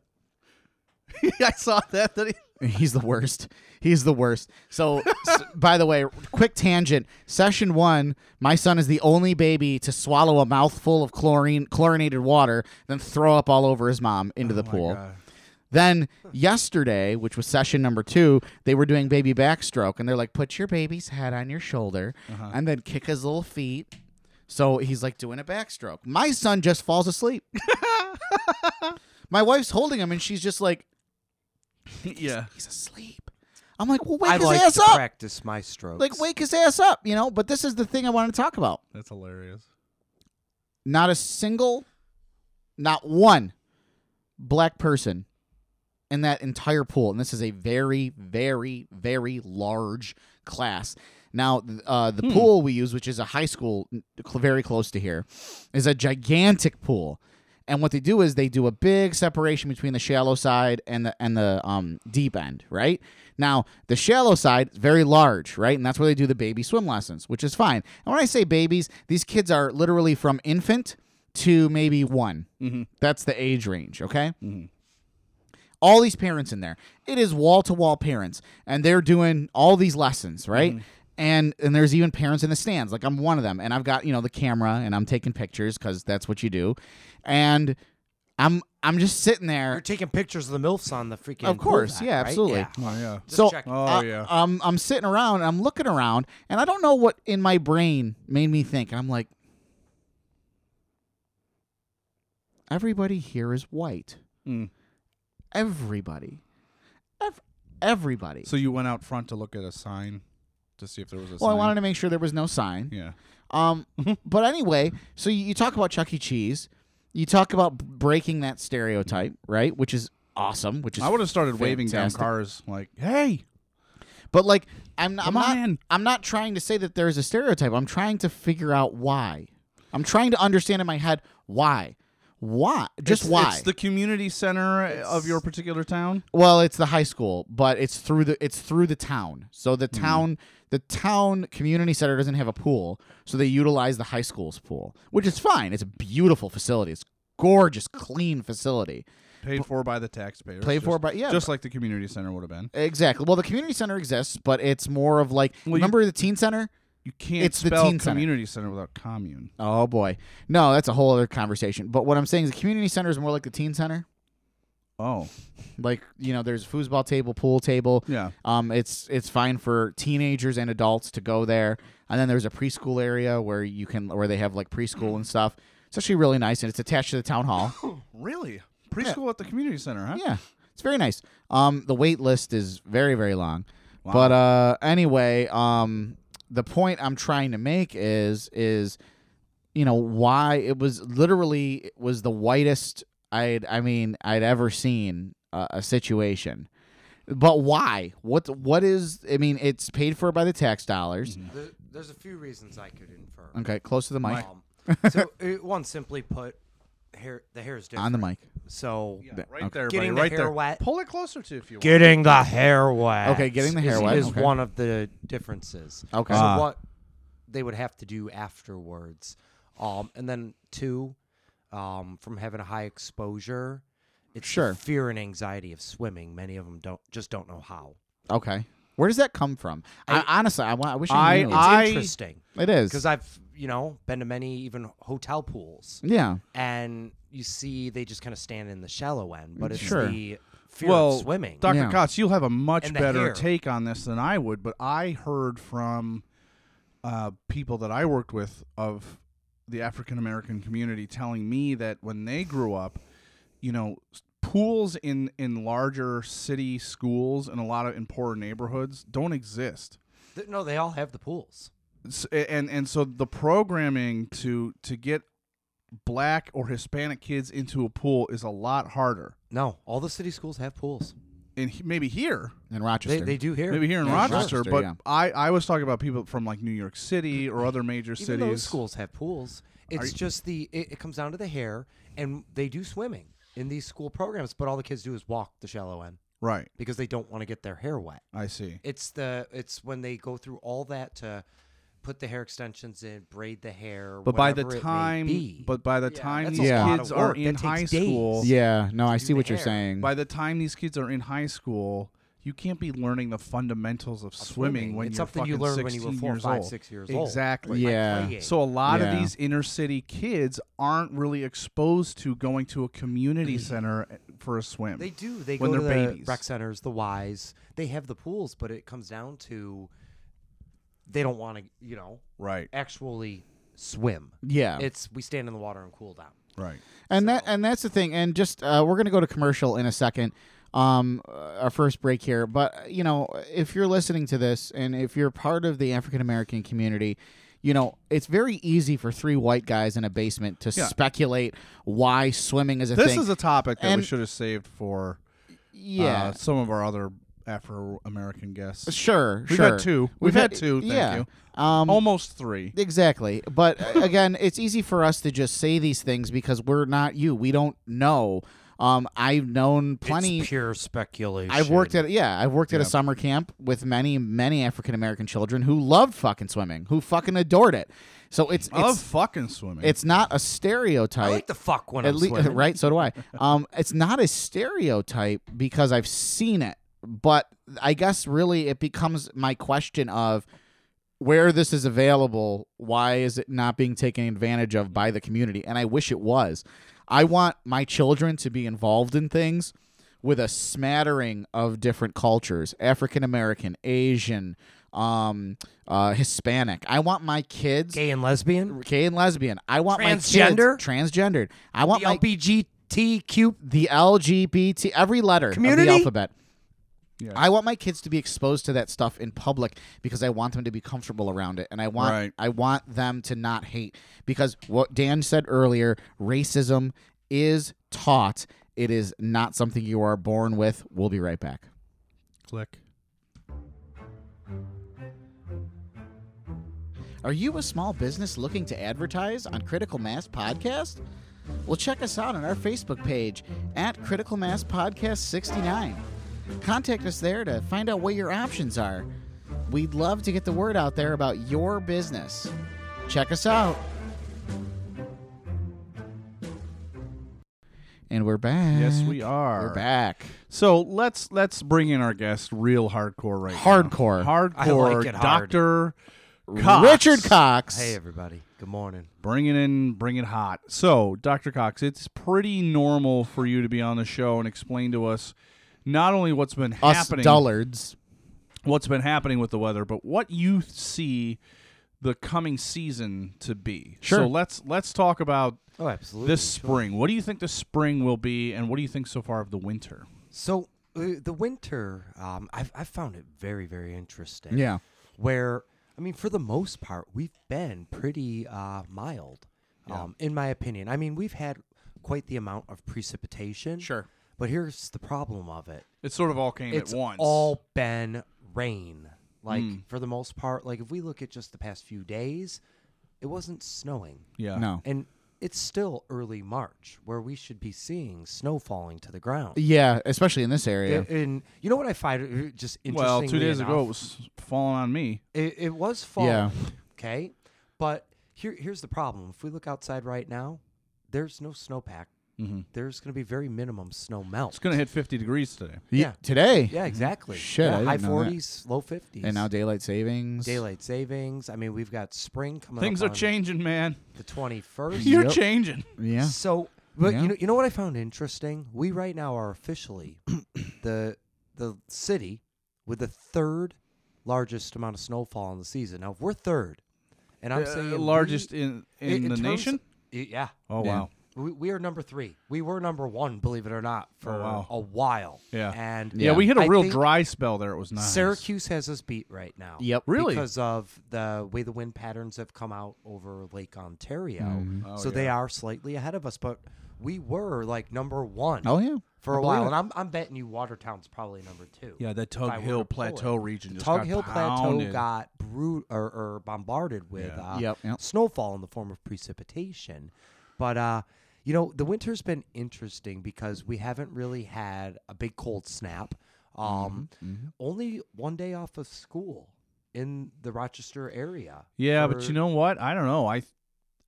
I saw that. That he,
He's the worst. He's the worst. So, s- by the way, quick tangent. Session one, my son is the only baby to swallow a mouthful of chlorine, chlorinated water, then throw up all over his mom into the pool. Then yesterday, which was session number two, they were doing baby backstroke, and they're like, "Put your baby's head on your shoulder, and then kick his little feet." So he's like doing a backstroke. My son just falls asleep. my wife's holding him, and she's just like,
yeah.
he's asleep. I'm like, well, wake
I
his
like
ass
to
up.
practice my strokes.
Like, wake his ass up, you know? But this is the thing I want to talk about.
That's hilarious.
Not a single, not one black person in that entire pool, and this is a very, very, very large class. Now, th- uh, the pool we use, which is a high school n- cl- very close to here, is a gigantic pool. And what they do is they do a big separation between the shallow side and the and the um, deep end, right? Now the shallow side is very large, right? And that's where they do the baby swim lessons, which is fine. And when I say babies, these kids are literally from infant to maybe one. Mm-hmm. That's the age range, okay? all these parents in there. It is wall to wall parents, and they're doing all these lessons, right?
Mm-hmm.
And and there's even parents in the stands. Like I'm one of them, and I've got you know the camera, and I'm taking pictures because that's what you do, and I'm I'm just sitting
You're
there.
taking pictures of the milfs on the freaking.
Of course,
pool
yeah,
deck, right?
absolutely.
Yeah.
Oh yeah.
so
checking.
Oh,
I-
yeah.
I'm I'm sitting around, and I'm looking around, and I don't know what in my brain made me think, and I'm like, everybody here is white.
Mm.
Everybody, Ev- everybody.
So you went out front to look at a sign to see if there was a sign.
Well, I wanted to make sure there was no sign.
Yeah.
Um, but anyway, so you, you talk about Chuck E. Cheese, you talk about b- breaking that stereotype, right? Which is awesome. Which is
I would have started waving down
fantastic.
cars like, "Hey,
But like, I'm not. I'm
Come
not,
on in.
I'm not trying to say that there is a stereotype. I'm trying to figure out why. I'm trying to understand in my head why, why, just
it's-
why.
It's the community center of your particular town.
Well, it's the high school, but it's through the it's through the town. So the
Hmm.
town the town community center doesn't have a pool, so they utilize the high school's pool, which is fine. It's a beautiful facility. It's gorgeous, clean facility.
Paid for by the taxpayers.
Paid for
just-
by- yeah,
Just like the community center would have been.
Exactly. Well, the community center exists, but it's more of like
Well, you-
remember the teen center?
You can't
It's the
spell
teen center.
community center. without commune.
Oh boy. No, that's a whole other conversation. But what I'm saying is the community center is more like the teen center.
Oh,
Like, you know, there's a foosball table, pool table.
yeah.
Um, it's it's fine for teenagers and adults to go there, and then there's a preschool area where you can where they have like preschool and stuff. It's actually really nice, and it's attached to the town hall.
Really? Preschool at the community center, huh?
yeah, it's very nice. Um, the wait list is very very long, but uh, anyway, um, the point I'm trying to make is is you know why it was literally it was the whitest I'd I mean I'd ever seen a, a situation. But why? What what is I mean it's paid for by the tax dollars.
There- There's a few reasons I could infer.
Okay, close to the mic.
Um, so uh, one, simply put, hair the hair is different.
On the mic.
So
Right there,
Getting
buddy,
the
right
hair
there.
wet.
Pull it closer to if you want.
getting the hair wet.
Okay, getting the hair
is,
wet,
is
okay.
one of the differences.
Okay.
so
Ah.
what they would have to do afterwards, um, and then two, um, from having a high exposure, it's the
Sure.
fear and anxiety of swimming. Many of them don't just don't know how.
Okay. Where does that come from? I, honestly, I, wa- I wish
I-
I, knew.
It's
I-
interesting
it is
because I've you know been to many even hotel pools,
yeah.
and you see they just kind of stand in the shallow end, but it's
Sure.
the fear
well,
of swimming.
Dr.
Yeah.
Kotz, you'll have a much
And the
better
hair.
take on this than I would, but I heard from uh, people that I worked with of the African American community telling me that when they grew up, you know, s- pools in in larger city schools and a lot of in poorer neighborhoods don't exist.
Th- no, they all have the pools.
S- and and so the programming to to get black or Hispanic kids into a pool is a lot harder.
No, all the city schools have pools.
And he, maybe here,
In
They,
Rochester.
they do here.
maybe here in
Yeah,
Rochester,
Rochester,
but
yeah.
I, I was talking about people from like New York City or other major
Even
cities.
those schools have pools. It's
you-
just the it, it comes down to the hair, and they do swimming in these school programs. But all the kids do is walk the shallow end
Right.
because they don't want to get their hair wet.
I see.
It's the it's when they go through all that to put the hair extensions in, braid the hair.
But by the
whatever it may
time
be.
but by the time
that's
these
a
lot
kids
of
are
work. That
in
takes
high
days.
school
yeah. No, I
do
see
the
what you're
hair.
saying.
by the time these kids are in high school, you can't be learning the fundamentals of, swimming,
swimming.
when
It's
you're
something you
fucking
learned when you were
16
four,
years
five,
old.
six years old.
Exactly.
yeah.
playing.
So a lot
Yeah.
of these inner city kids aren't really exposed to going to a community center for a swim.
They do. They
when
go
they're
to the
babies.
rec centers, the Y's. They have the pools, but it comes down to they don't want to, you know,
Right.
actually swim.
Yeah.
It's we stand in the water and cool down.
Right.
and that and that's the thing. And just uh, we're gonna go to commercial in a second. Um, uh, our first break here, but uh, you know, if you're listening to this and if you're part of the African American community, you know, it's very easy for three white guys in a basement to
Yeah.
speculate why swimming is a
This
thing.
is a topic that we
And-
should have saved for
Yeah.
uh, some of our other Afro American guests.
sure.
uh, We've
sure.
had two. We've, had, two. Thank
yeah.
you.
Um,
Almost three.
Exactly. But uh, again, it's easy for us to just say these things because we're not you. We don't know. Um, I've known plenty.
It's pure speculation.
I've worked at yeah, I've worked at a summer camp with many many African American children who loved fucking swimming, who fucking adored it. So it's
I love
it's,
fucking swimming.
it's not a
I
stereotype.
like the fuck when
at
I'm
lea-
swimming.
right, so do I. Um, it's not a stereotype because I've seen it, but I guess really it becomes my question of where this is available, why is it not being taken advantage of by the community? And I wish it was. I want my children to be involved in things with a smattering of different cultures African American, Asian, um, uh, Hispanic. I want my kids.
Gay and lesbian.
Gay and lesbian. I want
Transgender?
my kids transgendered. I want
The
my
LBGTQ.
the LGBT, every letter of
Community?
the alphabet.
Yeah.
I want my kids to be exposed to that stuff in public because I want them to be comfortable around it, and I want
Right.
I want them to not hate because what Dan said earlier, racism is taught. It is not something you are born with. We'll be right back.
Click.
Are you a small business looking to advertise on Critical Mass Podcast? Well, check us out on our Facebook page at Critical Mass Podcast 69. Contact us there to find out what your options are. We'd love to get the word out there about your business. Check us out. And we're back.
Yes, we are.
We're back.
So let's let's bring in our guest real hardcore right now.
Hardcore.
Hardcore
I like it hard.
Dr. Cox.
Richard Cox.
Hey everybody. Good morning.
Bring it in, bring it hot. So, Dr. Cox, it's pretty normal for you to be on the show and explain to us not only what's been
Us
happening
dullards.
what's been happening with the weather, but what you see the coming season to be.
Sure.
So let's let's talk about
Oh, absolutely.
this spring. What do you think the spring will be and what do you think so far of the winter?
So uh, the winter, um, I've I've found it very very interesting.
Yeah.
Where I mean, for the most part, we've been pretty uh, mild, um, in my opinion. I mean, we've had quite the amount of precipitation.
Sure.
But here's the problem of it.
It sort of all came
it's
at once. Mm.
all been rain. Like for the most part, like if we look at just the past few days, it wasn't snowing.
yeah.
No.
And it's still early March where we should be seeing snow falling to the ground.
Yeah, especially in this area.
A- And you know what I find uh, just interesting?
Well, two days ago it was falling on me.
it, it was fall.
Yeah.
Okay, but here here's the problem. If we look outside right now, there's no snowpack. There's going to be very minimum snow melt.
Mm-hmm. It's gonna hit Mm-hmm. fifty degrees today.
yeah.
Today.
Yeah, exactly.
Shit, I
Yeah,
didn't
high
know that.
forties, low fifties,
And now daylight savings.
daylight savings. I mean, we've got spring coming.
Things
up
are
on
changing, man.
The twenty first.
You're
Yep.
changing.
Yeah.
So, but
Yeah.
you know, you know what I found interesting? We right now are officially the the city with the third largest amount of snowfall in the season. Now, if we're third, and I'm
Uh,
saying we-
largest in in, the
terms-
nation.
y- yeah,
Oh
Yeah.
wow.
we, we are number three. We were number one, believe it or not, for
Oh, wow.
a while.
Yeah.
and
Yeah, we hit a
I
real
think
dry spell there. It was nice.
Syracuse has us beat right now.
Yep.
Really?
Because of the way the wind patterns have come out over Lake Ontario.
Oh,
so they are slightly ahead of us, but we were like number one.
Oh, yeah.
For
I
a
believe
while.
it.
And I'm, I'm betting you Watertown's probably number two.
Yeah, that
if
Tug
I were
Hill
to pull it.
Plateau region
The
just
Tug
got
Hill Plateau
pounded.
got brut- or, or bombarded with
Yeah.
uh,
Yep. Yep.
snowfall in the form of precipitation. But uh, you know, the winter's been interesting because we haven't really had a big cold snap.
Mm-hmm,
Um, Only one day off of school in the Rochester area.
Yeah, but
for-
you know what? I don't know. I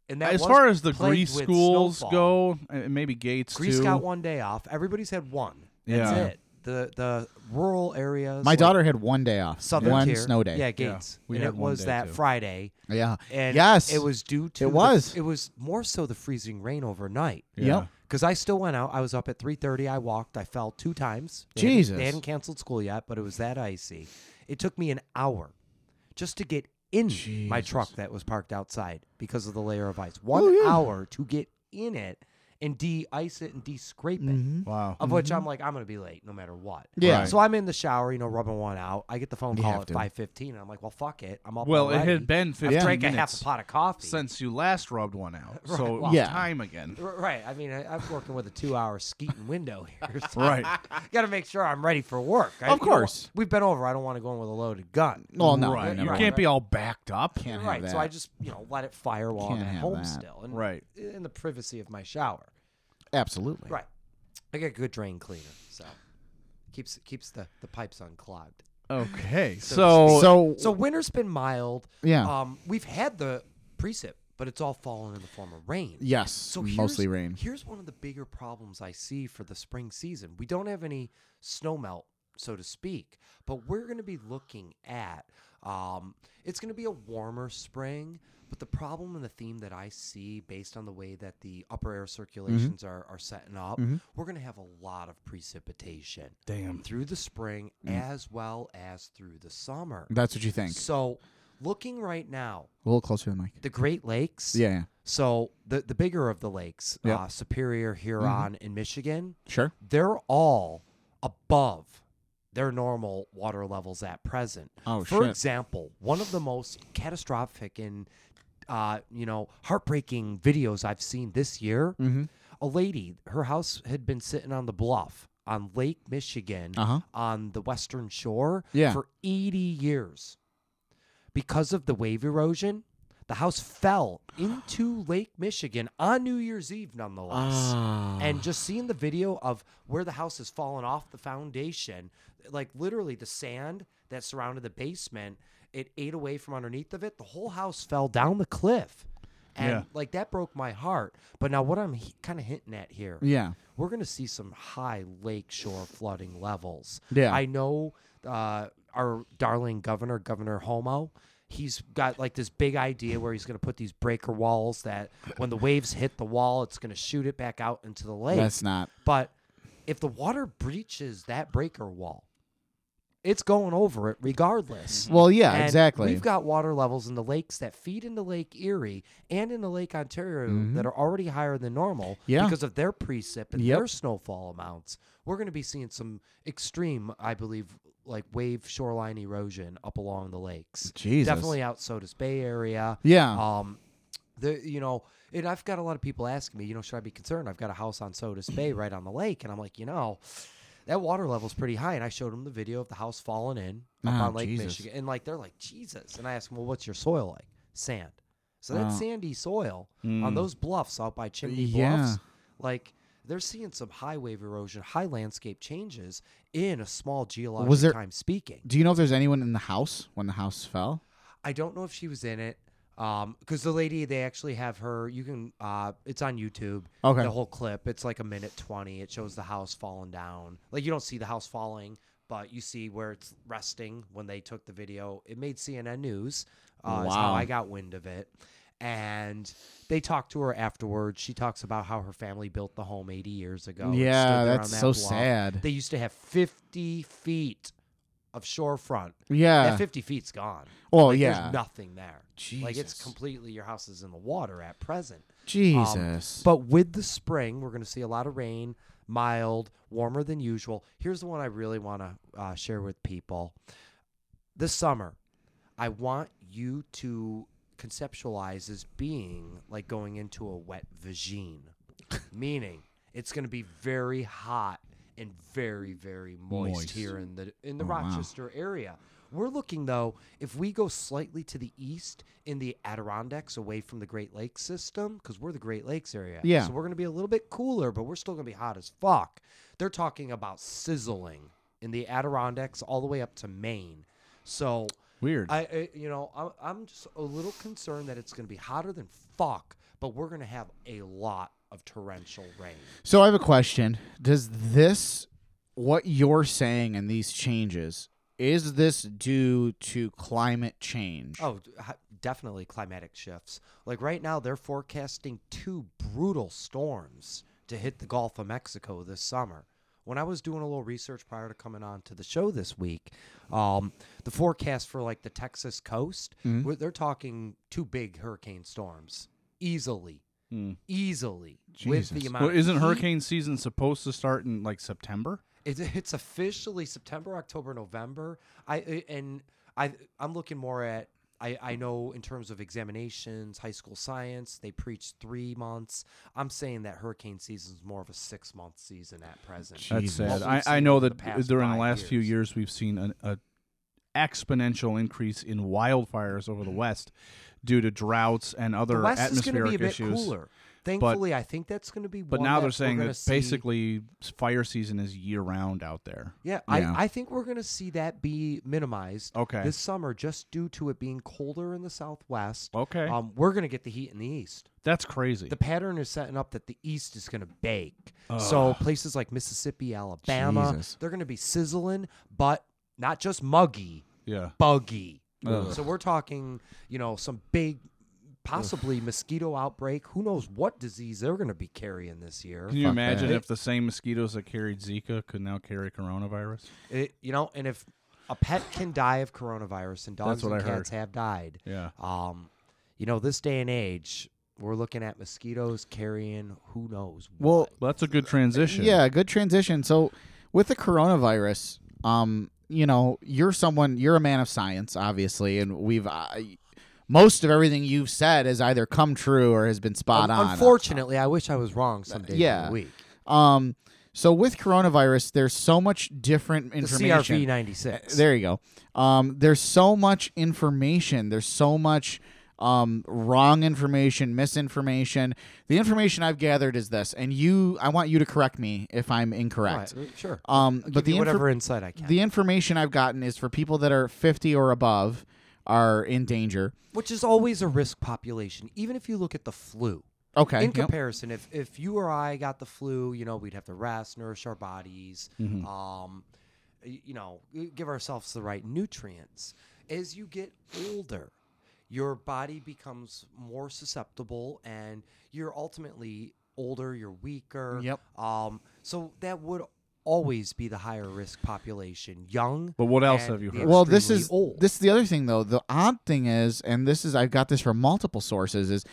and that
as
was
far as the
plagued
Grease
with
schools
snowfall.
go, and maybe Gates
Greece
too.
got one day off. Everybody's had one. That's
Yeah.
it. The the rural areas.
My
like
daughter had one day off.
Southern
one
tier-
snow day.
Yeah, Gates.
we
and
had
it
one
was
day,
that
too.
Friday.
Yeah.
And
yes.
it was due to the-
was.
it was more so the freezing rain overnight.
Yeah.
Yep.
Because I still went out. I was up at 3:30. I walked. I fell two times. They hadn't-
Jesus.
they hadn't canceled school yet, but it was that icy. It took me an hour just to get in my truck that was parked outside because of the layer of ice. One hour to get in it, and de-ice it and de-scrape it.
Mm-hmm.
Wow.
Of which I'm like, I'm gonna be late no matter what.
Yeah.
Right.
So I'm in the shower, you know, rubbing one out. I get the phone
You
call
have
at
to.
five fifteen, and I'm like, well, fuck it, I'm up.
Well, it
already.
had been 15
I've drank a half
minutes
a pot of coffee
since you last rubbed one out, so it
well-
was
Yeah.
time again.
R- Right. I mean, I, I'm working with a two-hour skeeting window here. so
Right.
Got to make sure I'm ready for work. I-
Of
you know what?
course.
We've been over. I don't want to go in with a loaded gun.
Well, no,
right.
never
You
mind.
can't be all backed up.
Can't
right.
have
So
that.
I just you know let it fire while I'm
Can't
at
have
home
that.
still, and
Right.
in the privacy of my shower.
absolutely
Right. I got good drain cleaner, so keeps keeps the the pipes unclogged.
Okay.
So
So,
So,
So winter's been mild.
Yeah.
Um, we've had the precip, but it's all fallen in the form of rain.
yes,
So here's-
mostly rain.
Here's one of the bigger problems I see for the spring season. We don't have any snow melt, so to speak, but we're going to be looking at. Um, it's going to be a warmer spring, but the problem and the theme that I see, based on the way that the upper
Mm-hmm.
air circulations are, are setting up, we're going to have a lot of precipitation.
Damn.
Through the spring
Mm.
as well as through the summer.
That's what you think.
So, looking right now,
A little closer to the mic.
the Great Lakes.
Yeah, yeah.
So the the bigger of the lakes,
Yep. Mm-hmm.
uh, Superior, Huron, and Michigan,
sure.
they're all above their normal water levels at present.
Oh,
For
shit.
example, one of the most catastrophic and uh, you know heartbreaking videos I've seen this year.
Mm-hmm.
A lady, her house had been sitting on the bluff on Lake Michigan
Uh-huh.
on the western shore
Yeah.
for 80 years. Because of the wave erosion, the house fell into Lake Michigan on New Year's Eve, nonetheless and just seeing the video of where the house has fallen off the foundation like literally the sand that surrounded the basement it ate away from underneath of it the whole house fell down the cliff and
Yeah.
like that broke my heart but now what i'm he- kind of hinting at here
Yeah.
we're going to see some high lakeshore flooding levels.
Yeah.
I know uh, our darling governor, Governor Homo, he's got like this big idea where he's going to put these breaker walls that when the waves hit the wall, it's going to shoot it back out into the lake.
That's not.
But if the water breaches that breaker wall, it's going over it regardless.
Well, yeah,
Mm-hmm. And
exactly.
We've got water levels in the lakes that feed into Lake Erie and into Lake Ontario that are already higher than normal
Mm-hmm. Yeah.
because of their precip and
Yep.
their snowfall amounts. We're going to be seeing some extreme, I believe, like wave shoreline erosion up along the lakes.
Jesus.
Definitely out Sodas Bay area.
Yeah.
Um, the you know, and I've got a lot of people asking me, you know, should I be concerned? I've got a house on Sodas Bay right on the lake, and I'm like, you know, that water level's pretty high. And I showed them the video of the house falling in up
Ah,
on Lake
Jesus.
Michigan, and like they're like, Jesus. And I asked them, well, what's your soil like? Sand. So that
Wow.
sandy soil on those bluffs out by Chimney
Hmm. Yeah.
Bluffs, like. They're seeing some high wave erosion, high landscape changes in a small geologic
there-
time speaking.
Do you know if there's anyone in the house when the house fell?
I don't know if she was in it. Um, because the lady, they actually have her. You can, uh, it's on YouTube.
Okay.
The whole clip. It's like a minute twenty. It shows the house falling down. Like you don't see the house falling, but you see where it's resting when they took the video. It made CNN News. Uh, Is how
Wow.
I got wind of it. And they talked to her afterwards. She talks about how her family built the home 80 years ago. and stood
Yeah,
there on
that's
that
so
bluff.
sad.
They used to have 50 feet of shorefront.
Yeah.
That 50 feet's gone.
Well,
Like,
yeah.
There's nothing there. Like it's
Jesus.
completely your house is in the water at present. Um,
Jesus.
but with the spring, we're going to see a lot of rain, mild, warmer than usual. Here's the one I really want to uh, share with people. This summer, I want you to conceptualize as being like going into a wet vagine, meaning it's going to be very hot and very, very moist,
Moist.
here in the in the
Oh, wow.
Rochester area. We're looking though, if we go slightly to the east in the Adirondacks away from the Great Lakes system, because we're the Great Lakes area.
Yeah.
So we're going to be a little bit cooler, but we're still going to be hot as fuck. They're talking about sizzling in the Adirondacks all the way up to Maine. So
weird.
I, I you know, I'm, I'm just a little concerned that it's going to be hotter than fuck, but we're going to have a lot of torrential rain.
Oh,
so I have a question. Does this, what you're saying and these changes, is this due to climate change?
Oh, d- h- definitely climatic shifts. Like right now, they're forecasting two brutal storms to hit the Gulf of Mexico this summer. When I was doing a little research prior to coming on to the show this week, um, the forecast for like the
Mm-hmm.
Texas coast, wh- they're talking two big hurricane storms easily easily with the amount.
Jesus.
Mm. Well,
of
isn't
heat.
hurricane season supposed to start in like September?
It's it's officially September, October, November. I I- and I I'm looking more at I I know in terms of examinations, high school science, they preach three months. I'm saying that hurricane season is more of a six month season at present.
That's
Jesus.
What
sad. I,
we've
I
seen
know
over the
that
past
during the
five
last few
years.
years we've seen an a exponential increase in wildfires over the West due to droughts and other
Mm. The West is going to
atmospheric
be a bit
issues.
cooler. Thankfully, I think that's going to be.
But
one
now
that
they're
we're
saying
gonna
that
see-
basically s- fire season is year round out there.
Yeah,
Yeah.
I, I think we're going to see that be minimized
Okay.
this summer just due to it being colder in the southwest.
Okay.
Um, we're going to get the heat in the east.
That's crazy.
The pattern is setting up that the east is going to bake. So places like Mississippi, Alabama,
Jesus.
they're going to be sizzling, but not just muggy,
yeah.
buggy. So we're talking, you know, some big possibly mosquito outbreak. Who knows what disease they're going to be carrying this year.
Can you
Fuck
imagine
that.
if the same mosquitoes that carried Zika could now carry coronavirus?
It, you know, and if a pet can die of coronavirus and dogs
That's what
and
I heard.
cats have died,
Yeah.
um, you know, this day and age, we're looking at mosquitoes carrying who knows.
Well,
Well, that's a good transition.
Yeah, good transition. So with the coronavirus, um, you know, you're someone, you're a man of science, obviously, and we've uh, most of everything you've said has either come true or has been spot
Un-
on.
Unfortunately, I wish I was wrong some days of
yeah.
the week.
Um, so with coronavirus, there's so much different
The
information.
CRV ninety six.
There you go. Um, there's so much information. There's so much um, wrong information, misinformation. The information I've gathered is this, and you, I want you to correct me if I'm incorrect.
Sure.
Um,
I'll
but
give
the
you
infor-
whatever insight I can,
the information I've gotten is for people that are 50 or above are in danger.
which is always a risk population, even if you look at the flu.
Okay.
In
yep.
comparison, if if you or I got the flu, you know, we'd have to rest, nourish our bodies,
Mm-hmm.
um, y- you know, give ourselves the right nutrients. As you get older, your body becomes more susceptible, and you're ultimately older. You're weaker.
Yep.
Um, so that would always be the higher risk population, young.
But what else
and
have you
the
heard?
well this
extremely
is
old.
this is the other thing though the odd thing is and this is i've got this from multiple sources is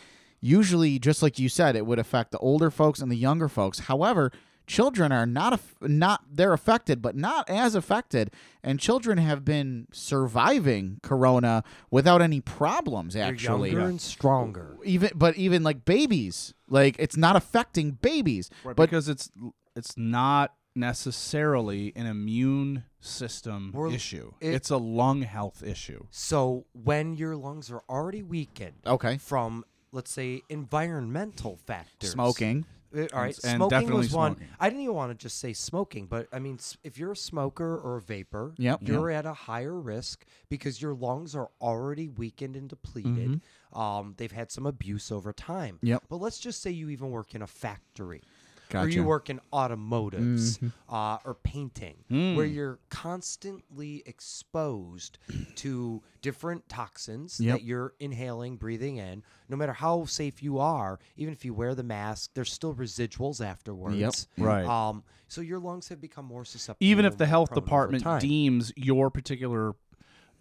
usually just like you said it would affect the older folks and the younger folks however children are not aff- not they're affected but not as affected and children have been surviving corona without any problems
They're
actually
younger and stronger.
even but even like babies like it's not affecting babies
Right,
but
because it's it's not necessarily an immune system
We're-
issue.
it-
it's a lung health issue.
So when your lungs are already weakened,
Okay.
from let's say environmental factors,
smoking
Uh, All right,
and
smoking
definitely
was one.
smoking.
I didn't even want to just say smoking, but I mean, s- if you're a smoker or a vapor,
Yep.
you're at a higher risk because your lungs are already weakened and depleted.
Mm-hmm.
Um, they've had some abuse over time.
Yep.
But let's just say you even work in a factory. Or
Gotcha.
you work in automotives
Mm-hmm.
uh, or painting, where
Mm.
you're constantly exposed to different toxins
Yep.
that you're inhaling, breathing in. No matter how safe you are, even if you wear the mask, there's still residuals afterwards.
Right.
Um, so your lungs have become more susceptible.
Even if
and
the
more
health
prone over
department
time.
deems your particular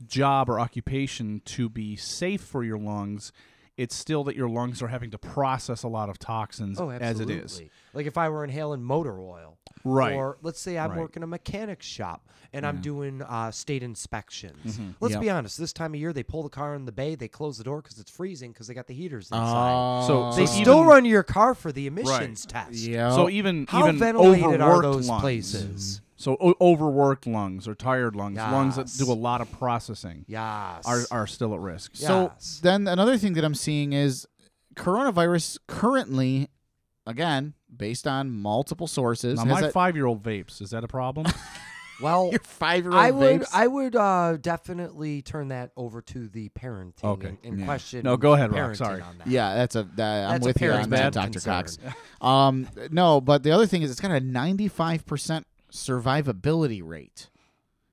job or occupation to be safe for your lungs, it's still that your lungs are having to process a lot of toxins
Oh,
as it
absolutely.
is.
Like if I were inhaling motor oil.
Right.
Or let's say I'm
Right.
working a mechanic shop and I'm doing uh, state inspections.
Mm-hmm.
Let's
Yep.
be honest. This time of year, they pull the car in the bay, they close the door because it's freezing because they got the heaters inside.
So
Um, they
Ah. so
still
even-
run your car for the emissions test.
yeah
So even
How
even
ventilated are
overworked
those
lungs.
places?
So o- overworked lungs or tired lungs, lungs that
Yes.
do a lot of processing,
Yes.
are are still at risk.
So
Yes.
then another thing that I'm seeing is coronavirus currently, again, based on multiple sources.
Now,
has
my
that-
five-year-old vapes. Is that a problem?
well,
your five-year-old
I would
vapes?
I would uh, definitely turn that over to the parenting
Okay.
and, and question.
No, go ahead, Rock.
parenting
Sorry.
on that.
yeah, that's a. That, I'm
That's a
with you
parent's
on that,
bad
Dr. Cox.
concern.
Um, no, but the other thing is it's got a 95% survivability rate.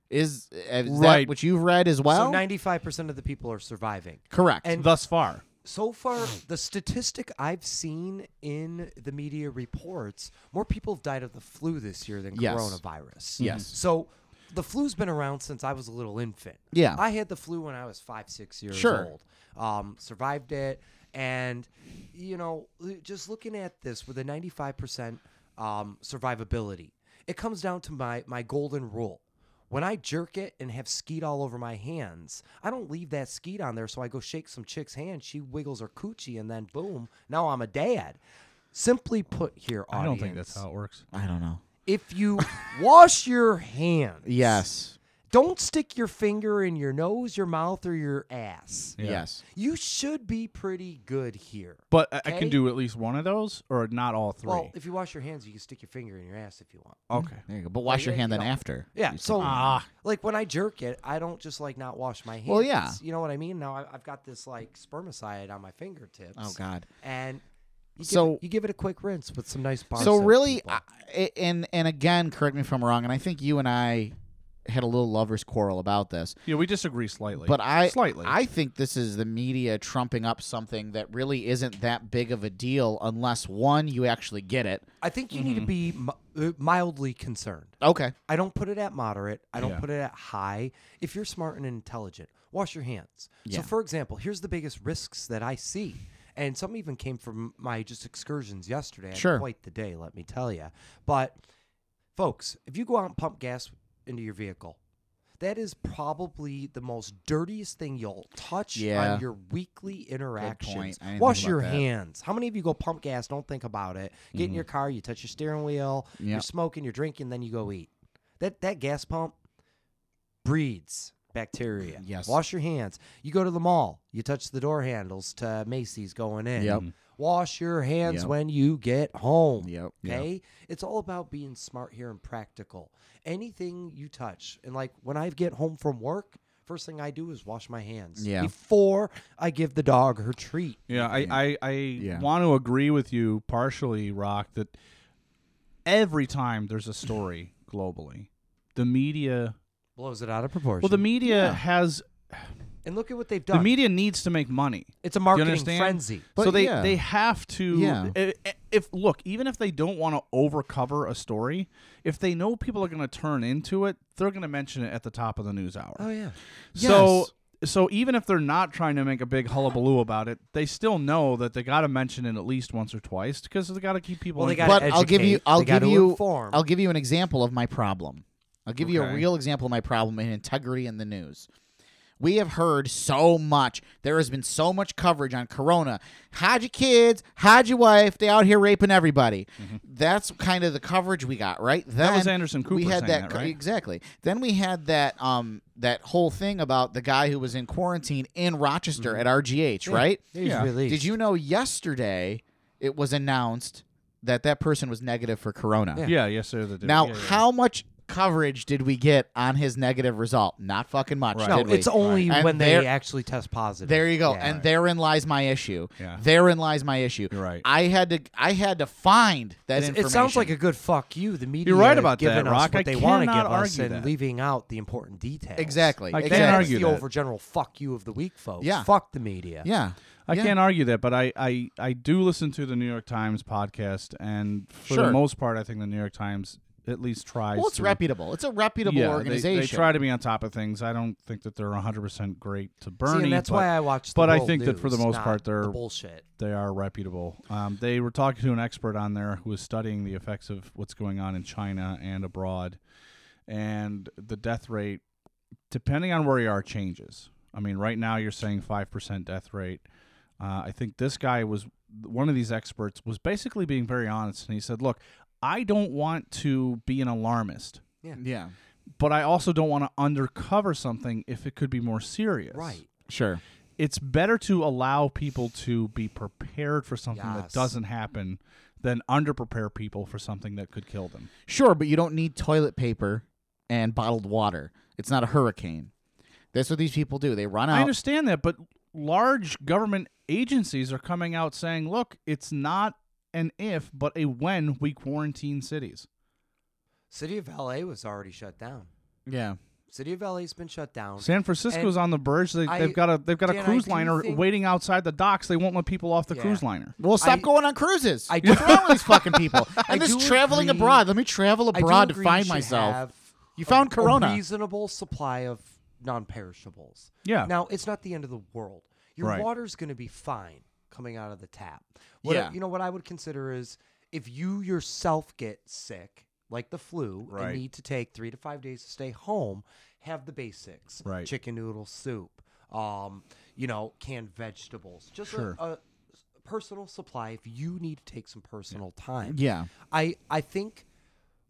Is, is
Right.
that what you've read as well?
so ninety five percent of the people are surviving.
Oh. Correct.
and-
Thus far,
so far the statistic i've seen in the media reports more people have died of the flu this year than
Yes.
coronavirus
Yes.
so the flu's been around since i was a little infant
Yeah.
i had the flu when i was five six years
Sure.
old um, survived it And, you know, l- just looking at this with a 95% um, survivability, it comes down to my, my golden rule. When I jerk it and have skeet all over my hands, I don't leave that skeet on there. So I go shake some chick's hand. She wiggles her coochie, and then boom, now I'm a dad. Simply put here, audience,
I don't think that's how it works.
I don't know.
if you wash your hands,
Yes.
don't stick your finger in your nose, your mouth, or your ass.
Yeah.
Yes.
You should be pretty good here.
But I, I
Okay.
can do at least one of those, or not all three.
Well, if you wash your hands, you can stick your finger in your ass if you want.
okay.
There you go. But wash your hand then after.
Yeah.
You
So,
said-
like when I jerk it, I don't just like not wash my hands.
Well, yeah.
You know what I mean? Now I, I've got this like spermicide on my fingertips.
Oh God.
And you give
So-
it, you give it a quick rinse with some nice bar.
so
soap,
really,
people.
I, and and again, correct me if I'm wrong. And I think you and I had a little lovers quarrel about this.
Yeah, we disagree slightly.
But I
slightly.
I think this is the media trumping up something that really isn't that big of a deal unless one you actually get it.
I think you need to be mi- uh, mildly concerned.
Okay.
I don't put it at moderate. I don't
Yeah.
put it at high. If you're smart and intelligent, wash your hands.
Yeah.
So, for example, here's the biggest risks that I see. And some even came from my just excursions yesterday. I had
Sure.
Quite the day, let me tell you. But, folks, if you go out and pump gas into your vehicle, that is probably the most dirtiest thing you'll touch
Yeah.
on your weekly interactions.
I didn't think
Wash
about
your
that. Mm-hmm.
hands. How many of you go pump gas, don't think about it? Get in your car, you touch your steering wheel, you're
Yep.
smoking, you're drinking, then you go eat. That that gas pump breeds bacteria.
Yes.
Wash your hands. You go to the mall, you touch the door handles to Macy's going in. Mm-hmm.
Yep.
Wash your hands
Yep.
when you get home.
Yep. Yep.
Okay? It's all about being smart here and practical. Anything you touch, and like when I get home from work, first thing I do is wash my hands
Yeah.
before I give the dog her treat.
Yeah, I I, I want to agree with you partially, Rock. That every time there's a story globally, the media.
Blows it out of proportion.
Well, the media has
and look at what they've
the
done.
media needs to make money.
it's a
Do you
marketing
understand?
frenzy.
But
so they
yeah.
they have to.
Yeah.
i- i- If look, even if they don't want to overcover a story, if they know people are going to turn into it, they're going to mention it at the top of the news hour.
Oh yeah.
So so even if they're not trying to make a big hullabaloo about it, they still know that they got to mention it at least once or twice because they got to keep people.
Well, they
engaged.
gotta
but I'll give you
educate,
I'll
they
give
gotta
you
inform.
I'll give you an example of my problem. I'll give you a
Okay.
real example of my problem in integrity in the news. We have heard so much. There has been so much coverage on Corona. Hide your kids, hide your wife. They out here raping everybody. That's kind of the coverage we got, right? Then
Mm-hmm. was Anderson Cooper
We had
saying that,
co-
right?
exactly. Then we had that um that whole thing about the guy who was in quarantine in Rochester at RGH, right?
He's
Mm-hmm. Yeah.
released.
Did you know yesterday it was announced that that person was negative for corona?
Yeah, yes, sir. They do.
Now,
Yeah, yeah.
how much coverage did we get on his negative result? Not fucking much.
Right.
No,
did we?
it's only
And
when
there-
they actually test positive.
There you go.
Yeah.
And therein lies my issue.
Yeah.
Therein lies my issue.
You're right.
I had to I had to find that
It's-
information.
it sounds like a good fuck you. The media
right about
giving
that,
us
Rock.
what
I
they want to give
cannot
us
argue
and
that.
leaving out the important details.
Exactly.
I can't
exactly.
That's
argue
the
that.
overgeneral fuck you of the week, folks.
Yeah.
Fuck the media.
Yeah.
I
Yeah.
can't argue that, but I, I, I do listen to the New York Times podcast, and for the
Sure.
most part, I think the New York Times at least tries.
Well, it's
to,
reputable. It's a reputable
yeah, they-
organization.
They, try to be on top of things. I don't think that they're 100 percent great to Bernie.
See, and that's
but,
why I watch. The
But I
world
think that for the
news,
most
not
part,
the
they're
bullshit.
they are reputable. Um, they were talking to an expert on there who was studying the effects of what's going on in China and abroad, and the death rate, depending on where you are, changes. I mean, right now you're saying five percent death rate. Uh, I think this guy was one of these experts was basically being very honest, and he said, "Look, I don't want to be an alarmist."
yeah.
But I also don't want to undercover something if it could be more serious
Right.
Sure.
it's better to allow people to be prepared for something that
Yes.
doesn't happen than underprepare people for something that could kill them.
Sure, but you don't need toilet paper and bottled water. It's not a hurricane. That's what these people do. They run
I
out.
understand that, but large government agencies are coming out saying, "Look, it's not an if, but a when we quarantine cities."
City of LA was already shut down.
Yeah.
City of LA's been shut down.
San Francisco's
And
on the verge. They,
I-
they've got a they've got
Dan,
a
I
cruise
do
liner
think-
waiting outside the docks. They won't let people off the
Yeah.
cruise liner.
Well, stop
I-
going on cruises.
I
I
do-
do with these fucking people.
I
And this
do
traveling
agree-
abroad. Let me travel
I do
abroad to
agree
find
should
myself.
have
You found
a-
Corona.
A reasonable supply of non-perishables.
Yeah.
Now it's not the end of the world. Your
Right.
water's going to be fine coming out of the tap. What
Yeah.
you know what I would consider is if you yourself get sick, like the flu,
Right.
and need to take three to five days to stay home, have the basics.
Right.
Chicken noodle soup. Um, you know, canned vegetables. Just a-
Sure.
a, personal supply if you need to take some personal time.
Yeah.
I I think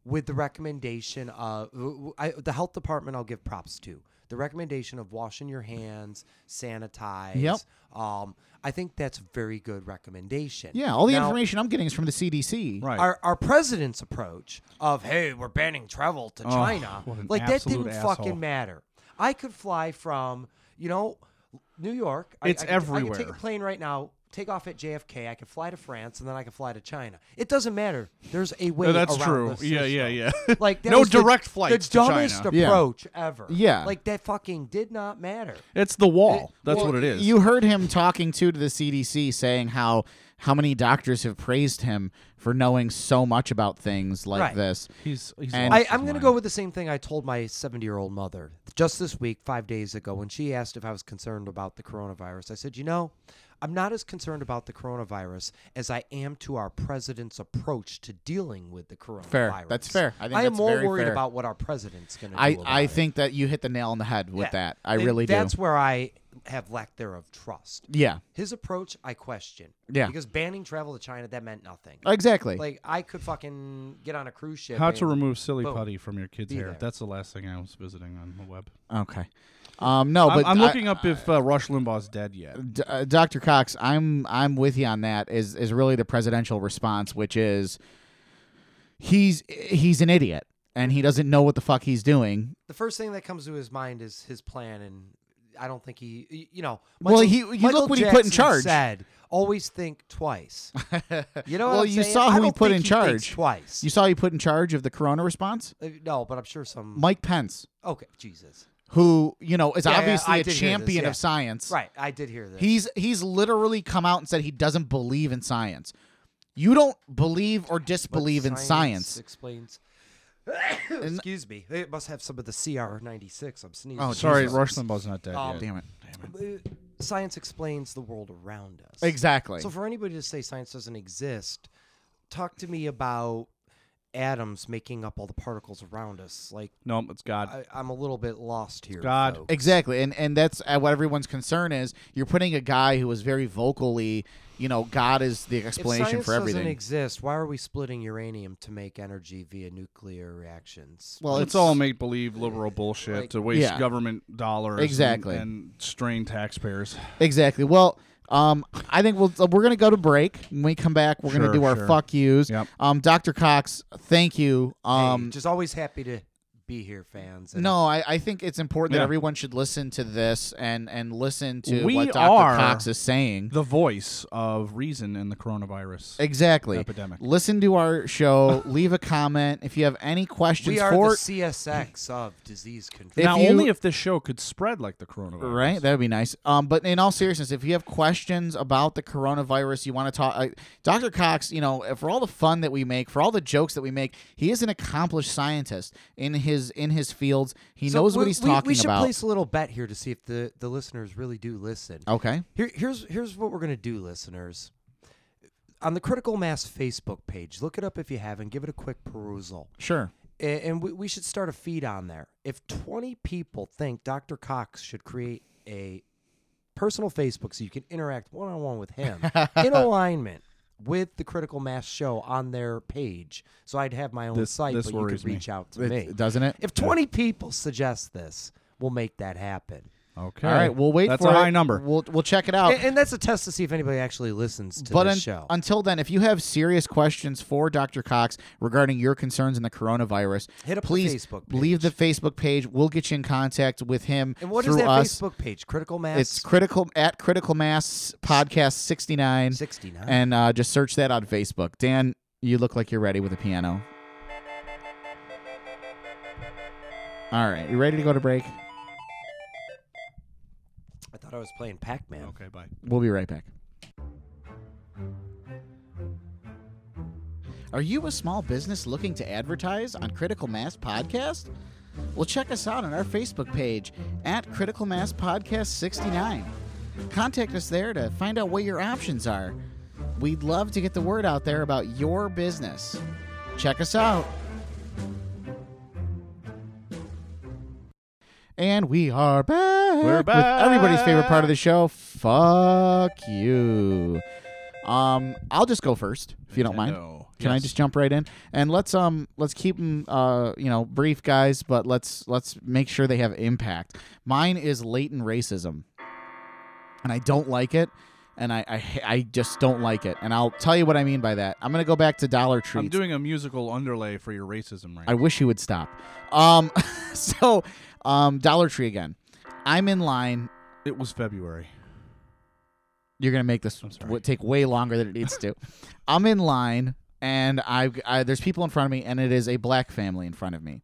with the recommendation of w- w- I, the health department, I'll give props to the recommendation of washing your hands, sanitize.
Yep.
Um, I think that's a very good recommendation.
Yeah, all the
Now,
information I'm getting is from the CDC.
Right.
Our, our president's approach of hey we're banning travel to China
what an
like that
absolute
didn't
asshole.
fucking matter. I could fly from you know New York. I-
It's
I, could- I could take a
everywhere.
plane right now, take off at JFK. I could fly to France and then I could fly to China. It doesn't matter. There's a way.
No, that's
around
true.
the
Yeah, yeah,
system.
yeah.
Like that
no
was the-
direct flights
The
to
dumbest
China.
Yeah.
approach ever.
Yeah.
Like that fucking did not matter.
It's the wall. That's
Well,
what it is.
You heard him talking to to the CDC saying how how many doctors have praised him for knowing so much about things like
Right.
this.
he's he's
And-
lost
I,
his
I'm going to
mind.
go with the same thing I told my 70 year old mother just this week, five days ago, when she asked if I was concerned about the coronavirus. I said, You know, I'm not as concerned about the coronavirus as I am to our president's approach to dealing with the coronavirus.
That's fair. I think
am
that's
more
very
worried
fair.
about what our president's going to do.
I,
about
I
it.
think that you hit the nail on the head with
Yeah.
that. I
And
really
That's
do.
where I have lack thereof trust.
Yeah.
His approach, I question.
Yeah.
Because banning travel to China, that meant nothing.
Exactly.
Like, I could fucking get on a cruise ship.
How to
and-
remove silly
Boom.
putty from your kid's
Be
hair.
there.
That's the last thing I was visiting on the web.
okay. Um no,
I'm,
but
I'm
I-
looking up if uh, Rush Limbaugh's dead yet.
D- uh, Dr. Cox, I'm I'm with you on that. Is is really the presidential response, which is he's he's an idiot and he doesn't know what the fuck he's doing.
the first thing that comes to his mind is his plan, and I don't think he, y- you know.
Well, he- you
Michael
look what he put
Jackson
in charge.
Said, "Always think twice." You know. what
well,
I'm
you
saying?
saw
I
who he
don't
put
think
in
he thinks
charge.
twice.
You saw he put in charge of the corona response?
Uh, no, but I'm sure some.
Mike Pence,
okay, Jesus.
who, you know, is
Yeah, yeah,
obviously
I
a
did hear this,
champion
yeah.
of science.
Right, I did hear this.
He's he's literally come out and said he doesn't believe in science. You don't believe or
But
disbelieve in science.
Explains. Excuse me. It must have some of the CR96. I'm sneezing.
Oh,
Sorry,
Jesus.
Rush Limbaugh's not dead
Um,
yet.
Damn it.
Uh, Science explains the world around us.
Exactly.
So for anybody to say science doesn't exist, talk to me about atoms making up all the particles around us. Like
No, it's God.
Uh,
I, I'm a little bit lost here.
God.
folks.
Exactly, and and that's uh, what everyone's concern is. You're putting a guy who is very vocally, you know, God is the
If
explanation
science
for everything.
doesn't exist, why are we splitting uranium to make energy via nuclear reactions?
well,
it's all make believe liberal bullshit to waste
Yeah.
government dollars and-
Exactly.
and, strain taxpayers.
exactly. Well, um, I think we'll uh, we're gonna go to break. When we come back, we're gonna
Sure,
do our
sure.
fuck yous.
Yep.
Um, Doctor Cox, thank you.
Hey,
Um,
just always happy to be here, fans. and
no, I, I think it's important that
Yeah.
everyone should listen to this and and listen to
We
what Doctor
are
Cox is saying.
The voice of reason in the coronavirus.
Exactly.
Epidemic.
Listen to our show. leave a comment if you have any questions
we are
for
the CSX of disease control.
If
now,
you-
only if this show could spread like the coronavirus.
Right, that would be nice. Um, but in all seriousness, if you have questions about the coronavirus, you want to talk, uh, Dr. Cox. You know, for all the fun that we make, for all the jokes that we make, he is an accomplished scientist in his in his fields. He
So
knows
we-
what he's
we-
talking
We should
about.
place a little bet here to see if the, the listeners really do listen.
okay,
Here, here's here's what we're gonna do, listeners. On the Critical Mass Facebook page, look it up if you haven't. Give it a quick perusal,
sure.
A- and, we, we should start a feed on there. If 20 people think Dr. Cox should create a personal Facebook so you can interact one on one with him in alignment with the Critical Mass show on their page, so I'd have my own
This-
site,
this
but you could
worries me.
reach out to
It-
me.
doesn't it?
If 20 people suggest this, we'll make that happen.
Okay.
all right, we'll wait
That's
for
a
it.
high number.
We'll we'll check it out.
And, and that's a test to see if anybody actually listens to
Oh. but
this
un-
show.
until then, if you have serious questions for Dr. Cox regarding your concerns in the coronavirus,
Hit up the
please
Facebook
leave the
page.
Facebook page. We'll get you in contact with him
and what
through
is that
us.
Facebook page? Critical Mass.
It's critical at critical mass podcast sixty nine,
69.
and uh, just search that on Facebook. Dan, you look like you're ready with a piano. All right, you ready to go to break?
I thought I was playing Pac-Man.
Okay, bye.
We'll be right back. Are you a small business looking to advertise on Critical Mass Podcast? Well, check us out on our Facebook page at Critical Mass Podcast 69. Contact us there to find out what your options are. We'd love to get the word out there about your business. Check us out. And we are back.
We're back.
with everybody's favorite part of the show. Fuck you. Um, I'll just go first if you don't mind.
Nintendo.
Can I
Yes.
just jump right in? And let's um let's keep them uh you know brief guys, but let's let's make sure they have impact. Mine is latent racism, and I don't like it, and I I, I just don't like it. And I'll tell you what I mean by that. I'm gonna go back to Dollar Tree.
I'm doing a musical underlay for your racism right
I
now.
wish he would stop. Um, so um Dollar Tree again. I'm in line.
It was February.
You're gonna make this
sorry.
w- take way longer than it needs to. I'm in line, and I've, I there's people in front of me, and it is a black family in front of me.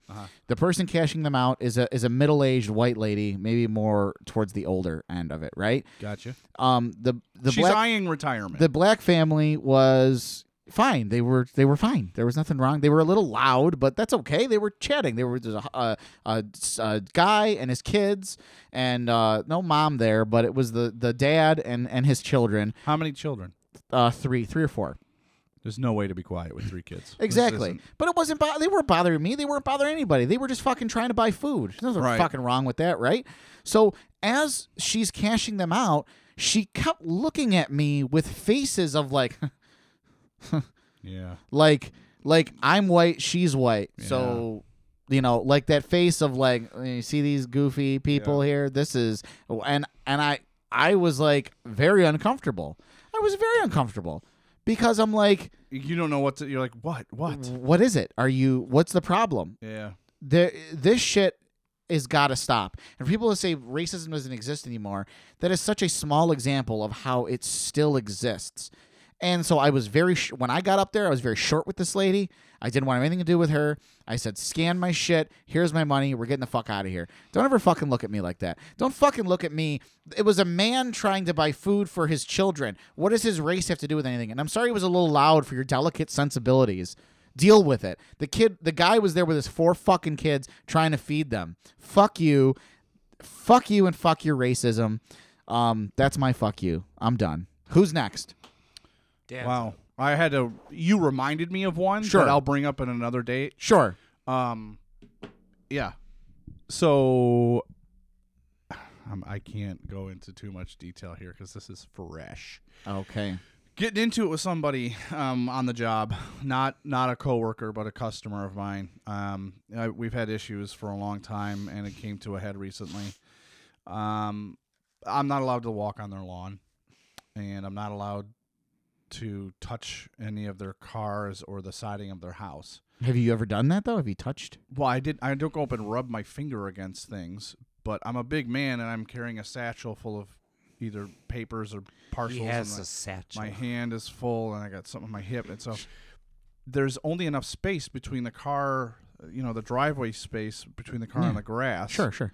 The person cashing them out is a is a middle aged white lady, maybe more towards the older end of it, right?
Gotcha.
Um, the the
She's
black
eyeing retirement.
the black family was fine. They were they were fine. There was nothing wrong. They were a little loud, but that's okay. They were chatting. There was a, a, a, a guy and his kids, and uh, no mom there, but it was the the dad and and his children,
How many children?
uh, three three or four.
There's no way to be quiet with three kids. This
Exactly,
isn't-
but it wasn't. Bo- they weren't bothering me. They weren't bothering anybody. They were just fucking trying to buy food. There's nothing
Right.
fucking wrong with that, right? So as she's cashing them out, she kept looking at me with faces of like,
Yeah.
like like I'm white, she's white. So you know, like that face of like you see these goofy people here. This is and and I I was like very uncomfortable. I was very uncomfortable because I'm like,
You don't know what to. You're like, what? What?
what is it? Are you? What's the problem?
Yeah.
There, this shit is gotta stop. And for people to say racism doesn't exist anymore, that is such a small example of how it still exists. And so I was very sh- when I got up there, I was very short with this lady. I didn't want anything to do with her. I said, "Scan my shit. Here's my money. We're getting the fuck out of here. Don't ever fucking look at me like that. Don't fucking look at me. It was a man trying to buy food for his children. What does his race have to do with anything?" And I'm sorry it was a little loud for your delicate sensibilities. Deal with it. The kid, the guy was there with his four fucking kids trying to feed them. Fuck you. Fuck you and fuck your racism. Um, that's my fuck you. I'm done. Who's next?
Damn.
Wow. I had to. You reminded me of one
Sure.
that I'll bring up in another date.
Sure.
Um, yeah. So um, I can't go into too much detail here because this is fresh.
Okay.
Getting into it with somebody um, on the job, not not a coworker, but a customer of mine. Um, I, we've had issues for a long time, and it came to a head recently. Um, I'm not allowed to walk on their lawn, and I'm not allowed to touch any of their cars or the siding of their house.
Have you ever done that though? Have you touched?
Well, I did. I don't go up and rub my finger against things, but I'm a big man and I'm carrying a satchel full of either papers or parcels.
He has
and
a
my-
satchel.
My hand is full and I got something on my hip, and so there's only enough space between the car, you know, the driveway space between the car and the grass.
Hmm. sure.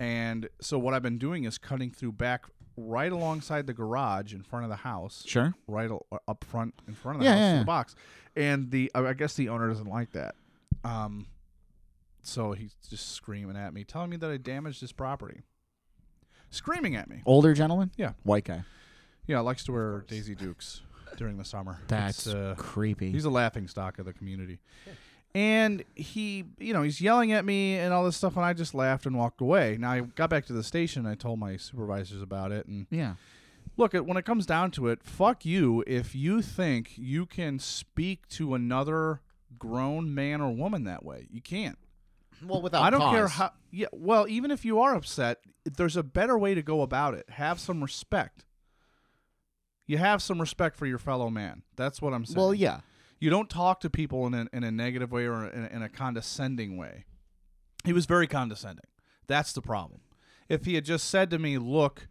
And so what I've been doing is cutting through back right alongside the garage in front of the house.
Sure.
Right al- uh, up front in front of the
Yeah,
house
yeah,
in
yeah.
the box. And the I I guess the owner doesn't like that. Um so he's just screaming at me, telling me that I damaged his property. Screaming at me.
Older gentleman?
Yeah.
White guy.
Yeah, likes to wear Daisy Dukes during the summer.
That's
It's, uh,
creepy.
He's a laughing stock of the community. And he, you know, he's yelling at me and all this stuff, and I just laughed and walked away. Now I got back to the station. And I told my supervisors about it, and
yeah.
look, it- when it comes down to it, fuck you if you think you can speak to another grown man or woman that way. You can't.
Well, without
I don't care how. Yeah, well, even if you are upset, there's a better way to go about it. Have some respect. You have some respect for your fellow man. That's what I'm saying.
Well, yeah.
You don't talk to people in a, in a negative way or in a, in a condescending way. He was very condescending. That's the problem. If he had just said to me, "Look,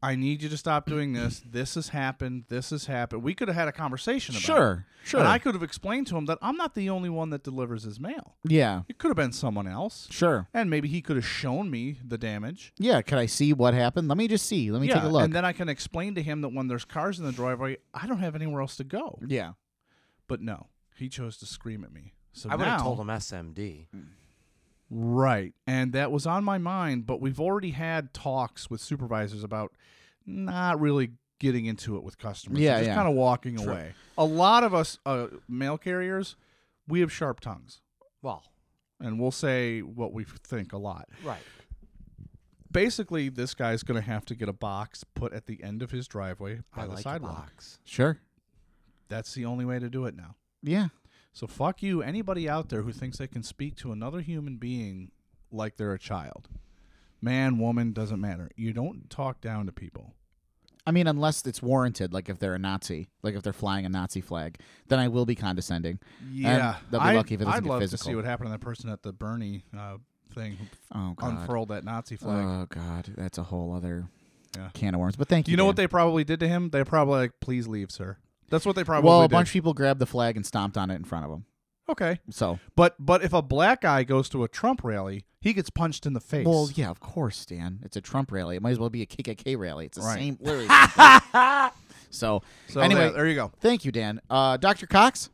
I need you to stop doing this. This has happened. This has happened," we could have had a conversation. About it.
Sure, sure.
And I could have explained to him that I'm not the only one that delivers his mail.
Yeah.
It could have been someone else.
Sure.
And maybe he could have shown me the damage.
Yeah. Could I see what happened? Let me just see. Let me
yeah,
take a look.
and then I can explain to him that when there's cars in the driveway, I don't have anywhere else to go.
yeah.
But no, he chose to scream at me. So
I would have
now-
told him SMD.
Right. And that was on my mind, but we've already had talks with supervisors about not really getting into it with customers.
Yeah,
They're just
yeah.
kind of walking away. A lot of us uh, mail carriers, we have sharp tongues,
Well,
and we'll say what we think a lot.
right.
Basically, this guy's going to have to get a box put at the end of his driveway by
I
the
like a
sidewalk.
box.
Sure.
That's the only way to do it now.
Yeah.
So fuck you, anybody out there who thinks they can speak to another human being like they're a child. Man, woman, doesn't matter. You don't talk down to people.
I mean, unless it's warranted, like if they're a Nazi, like if they're flying a Nazi flag, then I will be condescending. And they'll be
I,
lucky if it doesn't
I'd
get
love
physical.
to see what happened to that person at the Bernie uh, thing who
oh god.
unfurled that Nazi flag.
Oh god, that's a whole other
Yeah.
can of worms. But thank
Do
you.
you know what
Dan.
they probably did to him? They probably like, please leave, sir. That's what they probably
Well, a
did.
bunch of people grabbed the flag and stomped on it in front of them.
okay,
So.
but but if a black guy goes to a Trump rally, he gets punched in the face.
Well, yeah, of course, Dan. It's a Trump rally. It might as well be a KKK rally. It's the
Right.
same. literally the same thing. so,
So
anyway,
yeah, there you go.
Thank you, Dan. Uh, Dr. Cox?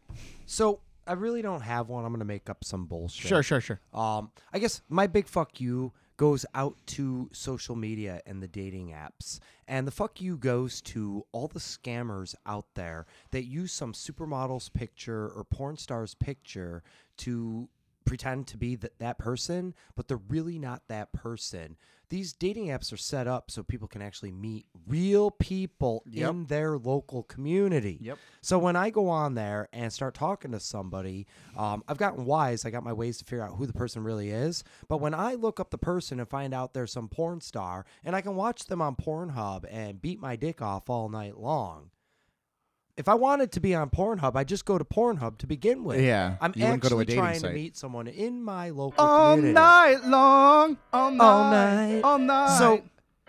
So I really don't have one. I'm gonna make up some bullshit.
sure, sure.
Um, I guess my big fuck you goes out to social media and the dating apps. And the fuck you goes to all the scammers out there that use some supermodel's picture or porn star's picture to pretend to be th- that person, but they're really not that person. These dating apps are set up so people can actually meet real people in their local community. Yep. So when I go on there and start talking to somebody, um, I've gotten wise. I got my ways to figure out who the person really is. But when I look up the person and find out they're some porn star, and I can watch them on Pornhub and beat my dick off all night long. If I wanted to be on Pornhub, I'd just go to Pornhub to begin with.
Yeah,
I'm
you wouldn't go to a
actually
dating
trying
site.
to meet someone in my local
All
community.
night long. All night.
night.
All night.
So-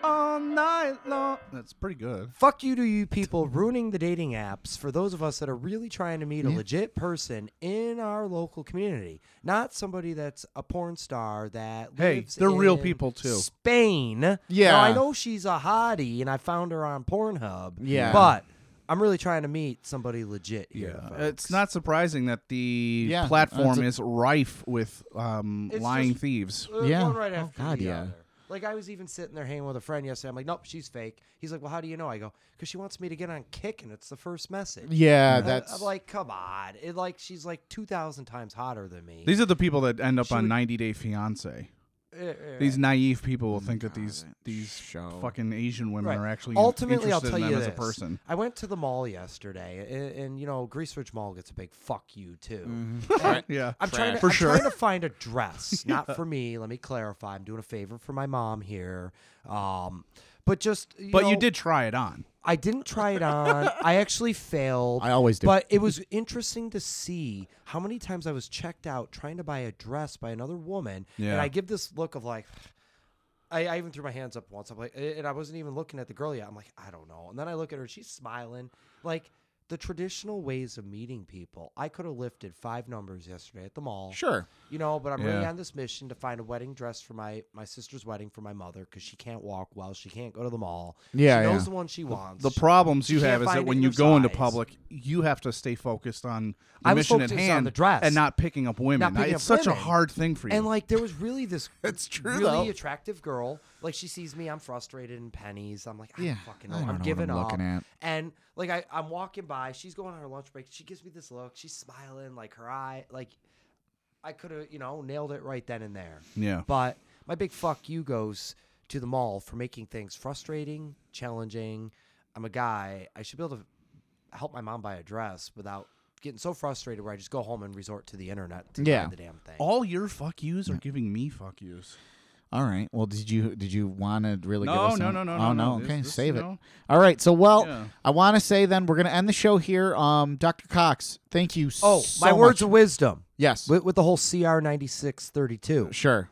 all night long. That's pretty good.
Fuck you to you people ruining the dating apps for those of us that are really trying to meet a legit person in our local community, not somebody that's a porn star that
Hey,
lives
they're real
in
people, too.
Spain.
Yeah.
Now, I know she's a hottie and I found her on Pornhub.
Yeah.
But I'm really trying to meet somebody legit here.
Uh,
folks.
it's not surprising that the
Yeah, that's
platform
a-
is rife with um,
It's
lying
just-
thieves.
Uh,
Yeah.
One right
Oh,
after
God,
the
yeah.
other. Like I was even sitting there hanging with a friend yesterday. I'm like, nope, she's fake. He's like, well, how do you know? I go, because she wants me to get on Kick, and it's the first message.
Yeah,
And I-
that's.
I'm like, come on. It like she's like two thousand times hotter than me.
These are the people that end up
She
on
would-
90 Day Fiance.
Eh, eh,
These naive people will think that these these
show.
fucking Asian women
right.
are actually
Ultimately, I'll
interested
tell
in
you
them as
this.
a person.
I went to the mall yesterday, and, and you know, Grease Ridge Mall gets a big fuck you too.
Yeah.
I'm trying to,
Mm-hmm. For
I'm
sure.
trying to find a dress, not for me. Let me clarify. I'm doing a favor for my mom here. Um, but just
but you
know,
did try it on.
I didn't try it on. I actually failed.
I always do.
But it was interesting to see how many times I was checked out trying to buy a dress by another woman. And
Yeah.
I give this look of like, I, I even threw my hands up once. I'm like, and I wasn't even looking at the girl yet. I'm like, I don't know. And then I look at her, she's smiling. Like the traditional ways of meeting people. I could have lifted five numbers yesterday at the mall.
Sure.
You know, but I'm really
Yeah.
on this mission to find a wedding dress for my my sister's wedding for my mother because she can't walk well. She can't go to the mall.
Yeah,
she knows
yeah.
the one she wants.
The problems you
can't
have is that
find
when
it
you
in her
go into
size.
public, you have to stay focused on the
I was
mission at
focused on
hand
the dress.
and not picking up women.
Not
I-
picking
it's
up
such a
women.
hard thing for you.
And like there was really this
That's true,
really
though.
attractive girl. Like she sees me, I'm frustrated in pennies. I'm like, I
Yeah,
don't fucking
I
know.
don't know
I'm
what
giving
I'm
up.
looking at.
And like I, I'm walking by, she's going on her lunch break. She gives me this look. She's smiling, like her eye, like I could have, you know, nailed it right then and there.
Yeah.
But my big fuck you goes to the mall for making things frustrating, challenging. I'm a guy. I should be able to help my mom buy a dress without getting so frustrated where I just go home and resort to the internet to
Yeah.
find the damn thing.
all your fuck yous
Mm.
are giving me fuck yous.
All right. Well, did you did you want to really
No,
give us
no,
an-
no, no,
Oh, no.
no, no. This-
Okay,
this,
save
you
it.
know.
All right. So, well,
Yeah.
I want to say then we're going to end the show here. Um, Dr. Cox, thank you
Oh,
so
my words
much.
of wisdom
Yes.
with, with the whole CR ninety six thirty two.
Sure.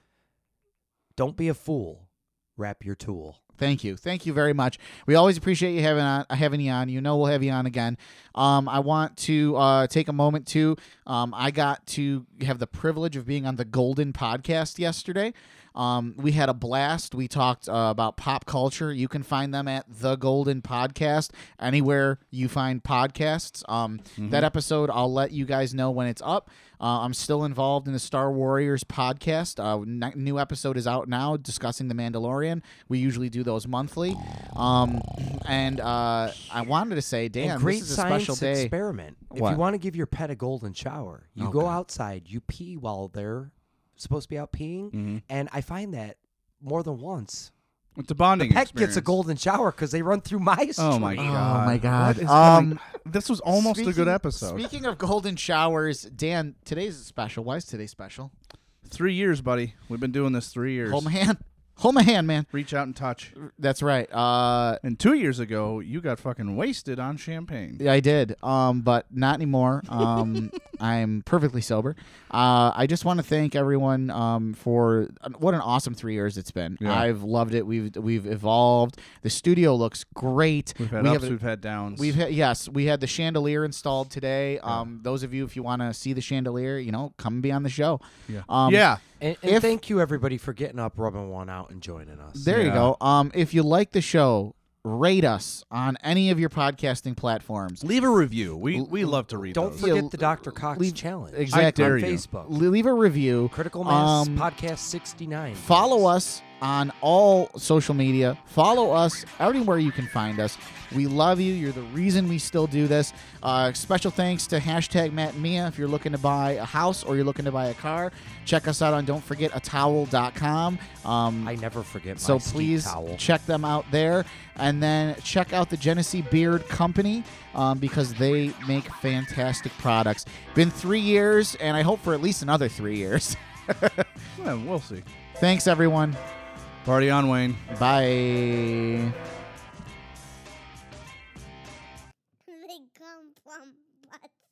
Don't be a fool. Wrap your tool.
Thank you. Thank you very much. We always appreciate you having on having you on. You know we'll have you on again. Um, I want to uh, take a moment to um, I got to have the privilege of being on the Golden podcast yesterday. Um, we had a blast. We talked uh, about pop culture. You can find them at the Golden Podcast anywhere you find podcasts. Um, That episode, I'll let you guys know when it's up. Uh, I'm still involved in the Star Warriors podcast. Uh, n- new episode is out now discussing the Mandalorian. We usually do those those monthly. Um, and uh, I wanted to say, damn,
and great
this is a
science
special day.
experiment. If
What?
you want to give your pet a golden shower, you
Oh,
go
God.
outside, you pee while they're supposed to be out peeing,
Mm-hmm.
and I find that more than once.
It's a bonding.
Pet
experience.
gets a golden shower because they run through my street.
Oh my
Oh
god!
my God.
What is coming-
Um,
this was almost a good
Speaking-
episode.
Speaking of golden showers, Dan, today's special. Why is today special?
three years, buddy. We've been doing this three years.
Hold my hand. Hold my hand, man.
Reach out and touch.
That's right. Uh,
And two years ago, you got fucking wasted on champagne.
Yeah, I did, um, but not anymore. Um, I'm perfectly sober. Uh, I just want to thank everyone um, for what an awesome three years it's been.
Yeah.
I've loved it. We've we've evolved. The studio looks great.
We've had
We
ups,
have-
we've had downs.
We've had, yes, we had the chandelier installed today. Um, Those of you, if you want to see the chandelier, you know, come be on the show.
yeah.
Um,
yeah.
And, and
If-
thank you everybody for getting up, rubbing one out, and joining us.
There you
Yeah.
go. Um, if you like the show, rate us on any of your podcasting platforms.
Leave a review. We we love to read
Don't
those.
forget
Yeah, uh,
the Dr. Cox
leave-
challenge.
exactly.
I
on
dare you.
Facebook.
Le- Leave a review.
Critical Mass
Um,
Podcast 69.
Follow us on all social media. Follow us everywhere you can find us. We love you. You're the reason we still do this. Uh, special thanks to hashtag Matt and Mia if you're looking to buy a house or you're looking to buy a car. Check us out on don'tforgetatowel.com. Um,
I never forget my
so
ski
please
towel.
check them out there, and then check out the Genesee Beard Company um, because they make fantastic products. Been three years, and I hope for at least another three years.
Yeah, we'll see.
Thanks, everyone.
Party on, Wayne.
Bye.
They come from butts.